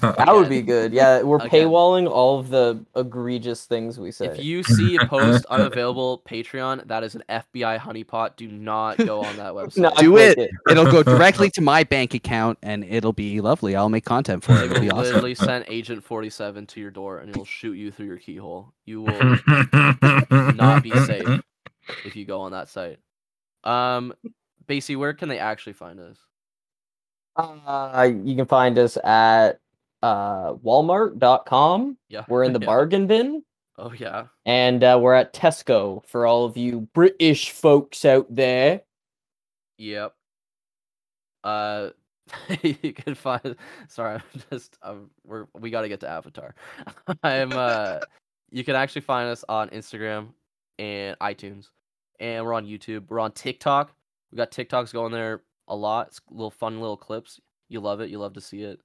That would be [LAUGHS] good. Yeah, we're Again. paywalling all of the egregious things we say. If you see a post unavailable Patreon, that is an FBI honeypot. Do not go on that website. No, I [LAUGHS] Do click it. It'll go directly to my bank account and it'll be lovely. I'll make content for it. They It'll will [LAUGHS] be awesome. literally send Agent 47 to your door and it'll shoot you through your keyhole. You [LAUGHS] will not be safe if you go on that site. Um, Basie, where can they actually find us? Uh, you can find us at uh, walmart.com. Yeah, We're in [LAUGHS] the yeah. bargain bin. Oh yeah, And uh, we're at Tesco for all of you British folks out there. yep. Uh, [LAUGHS] you can find. Sorry, I'm just. I'm, we're we got to get to Avatar. [LAUGHS] I'm. Uh, you can actually find us on Instagram and iTunes, and we're on YouTube. We're on TikTok. We got TikToks going there a lot. It's little fun little clips. You love it. You love to see it.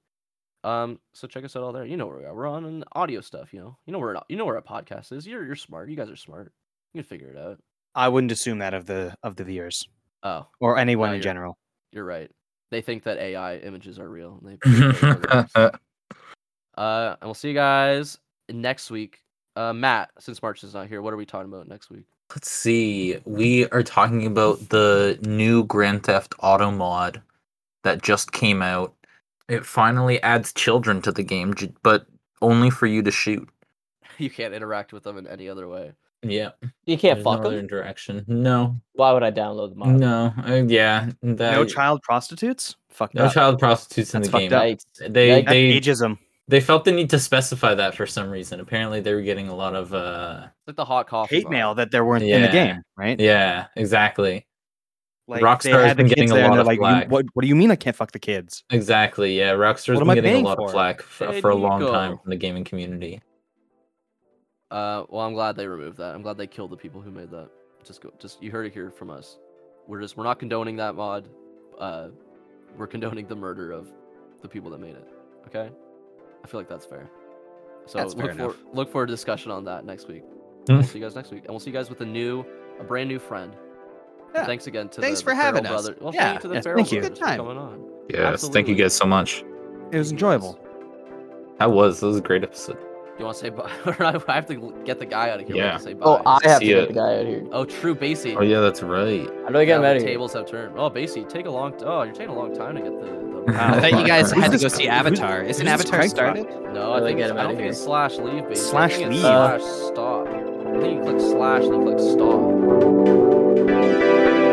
Um, so check us out all there. You know where we are. We're on an audio stuff. You know. You know where an, you know where a podcast is. You're you're smart. You guys are smart. You can figure it out. I wouldn't assume that of the of the viewers Oh, or anyone No, in you're- general. You're right. They think that AI images are real. and They believe they [LAUGHS] are real. uh, and we'll see you guys next week. Uh, Matt, since March is not here, what are we talking about next week? [LAUGHS] Let's see. We are talking about the new Grand Theft Auto mod that just came out. It finally adds children to the game, j- but only for you to shoot. You can't interact with them in any other way. Yeah. You can't fuck them. interaction. No. Why would I download them? No. Uh, yeah. That, no child prostitutes? Fuck no that. child prostitutes in the That's game. fucked Yikes. They Yikes. That's they ageism. they felt the need to specify that for some reason. Apparently, they were getting a lot of uh. It's like the hot coffee. Hate mod. mail that there weren't in the Yeah. game, right? Yeah. Exactly. Rockstar they has had the been kids getting a there and lot they're of like, you- flack. what, what do you mean I can't fuck the kids? Exactly. Yeah. Rockstar's What am been I getting a paying lot for? of flack for, Hey, for a long Nico. time from the gaming community. Uh, well, I'm glad they removed that. I'm glad they killed the people who made that. Just go. Just you heard it here from us. We're just we're not condoning that mod. Uh, we're condoning the murder of the people that made it. Okay. I feel like that's fair. So That's fair look for enough. look for a discussion on that next week. Hmm. We'll see you guys next week, and we'll see you guys with a new, a brand new friend. And Yeah. Thanks again to Thanks the, for the Farrell having us. brother. Well, Yeah, thank you to the yes, Farrell thank you. brothers Good time. for coming on. Yes, thank Absolutely. you guys so much. It was enjoyable. That was that was a great episode. You want to say bye? [LAUGHS] Or I I have to get the guy out of here. We have Yeah. to say bye. Oh, I have to See get ya. the guy out here. Oh, true, Basie. Oh yeah, that's right. How do I get him Now out the of here? tables have turned. Oh, Basie, take a long. Oh, you're taking a long time to get [LAUGHS] the. the Wow. I thought you guys Who's had to this- go see who's- Avatar. Isn't who's this Avatar Craig started? no, I Really think get it's, him I out don't of think here. it's slash leave. Basie. I Slash think it's leave. Slash stop. I think you click slash and you click stop.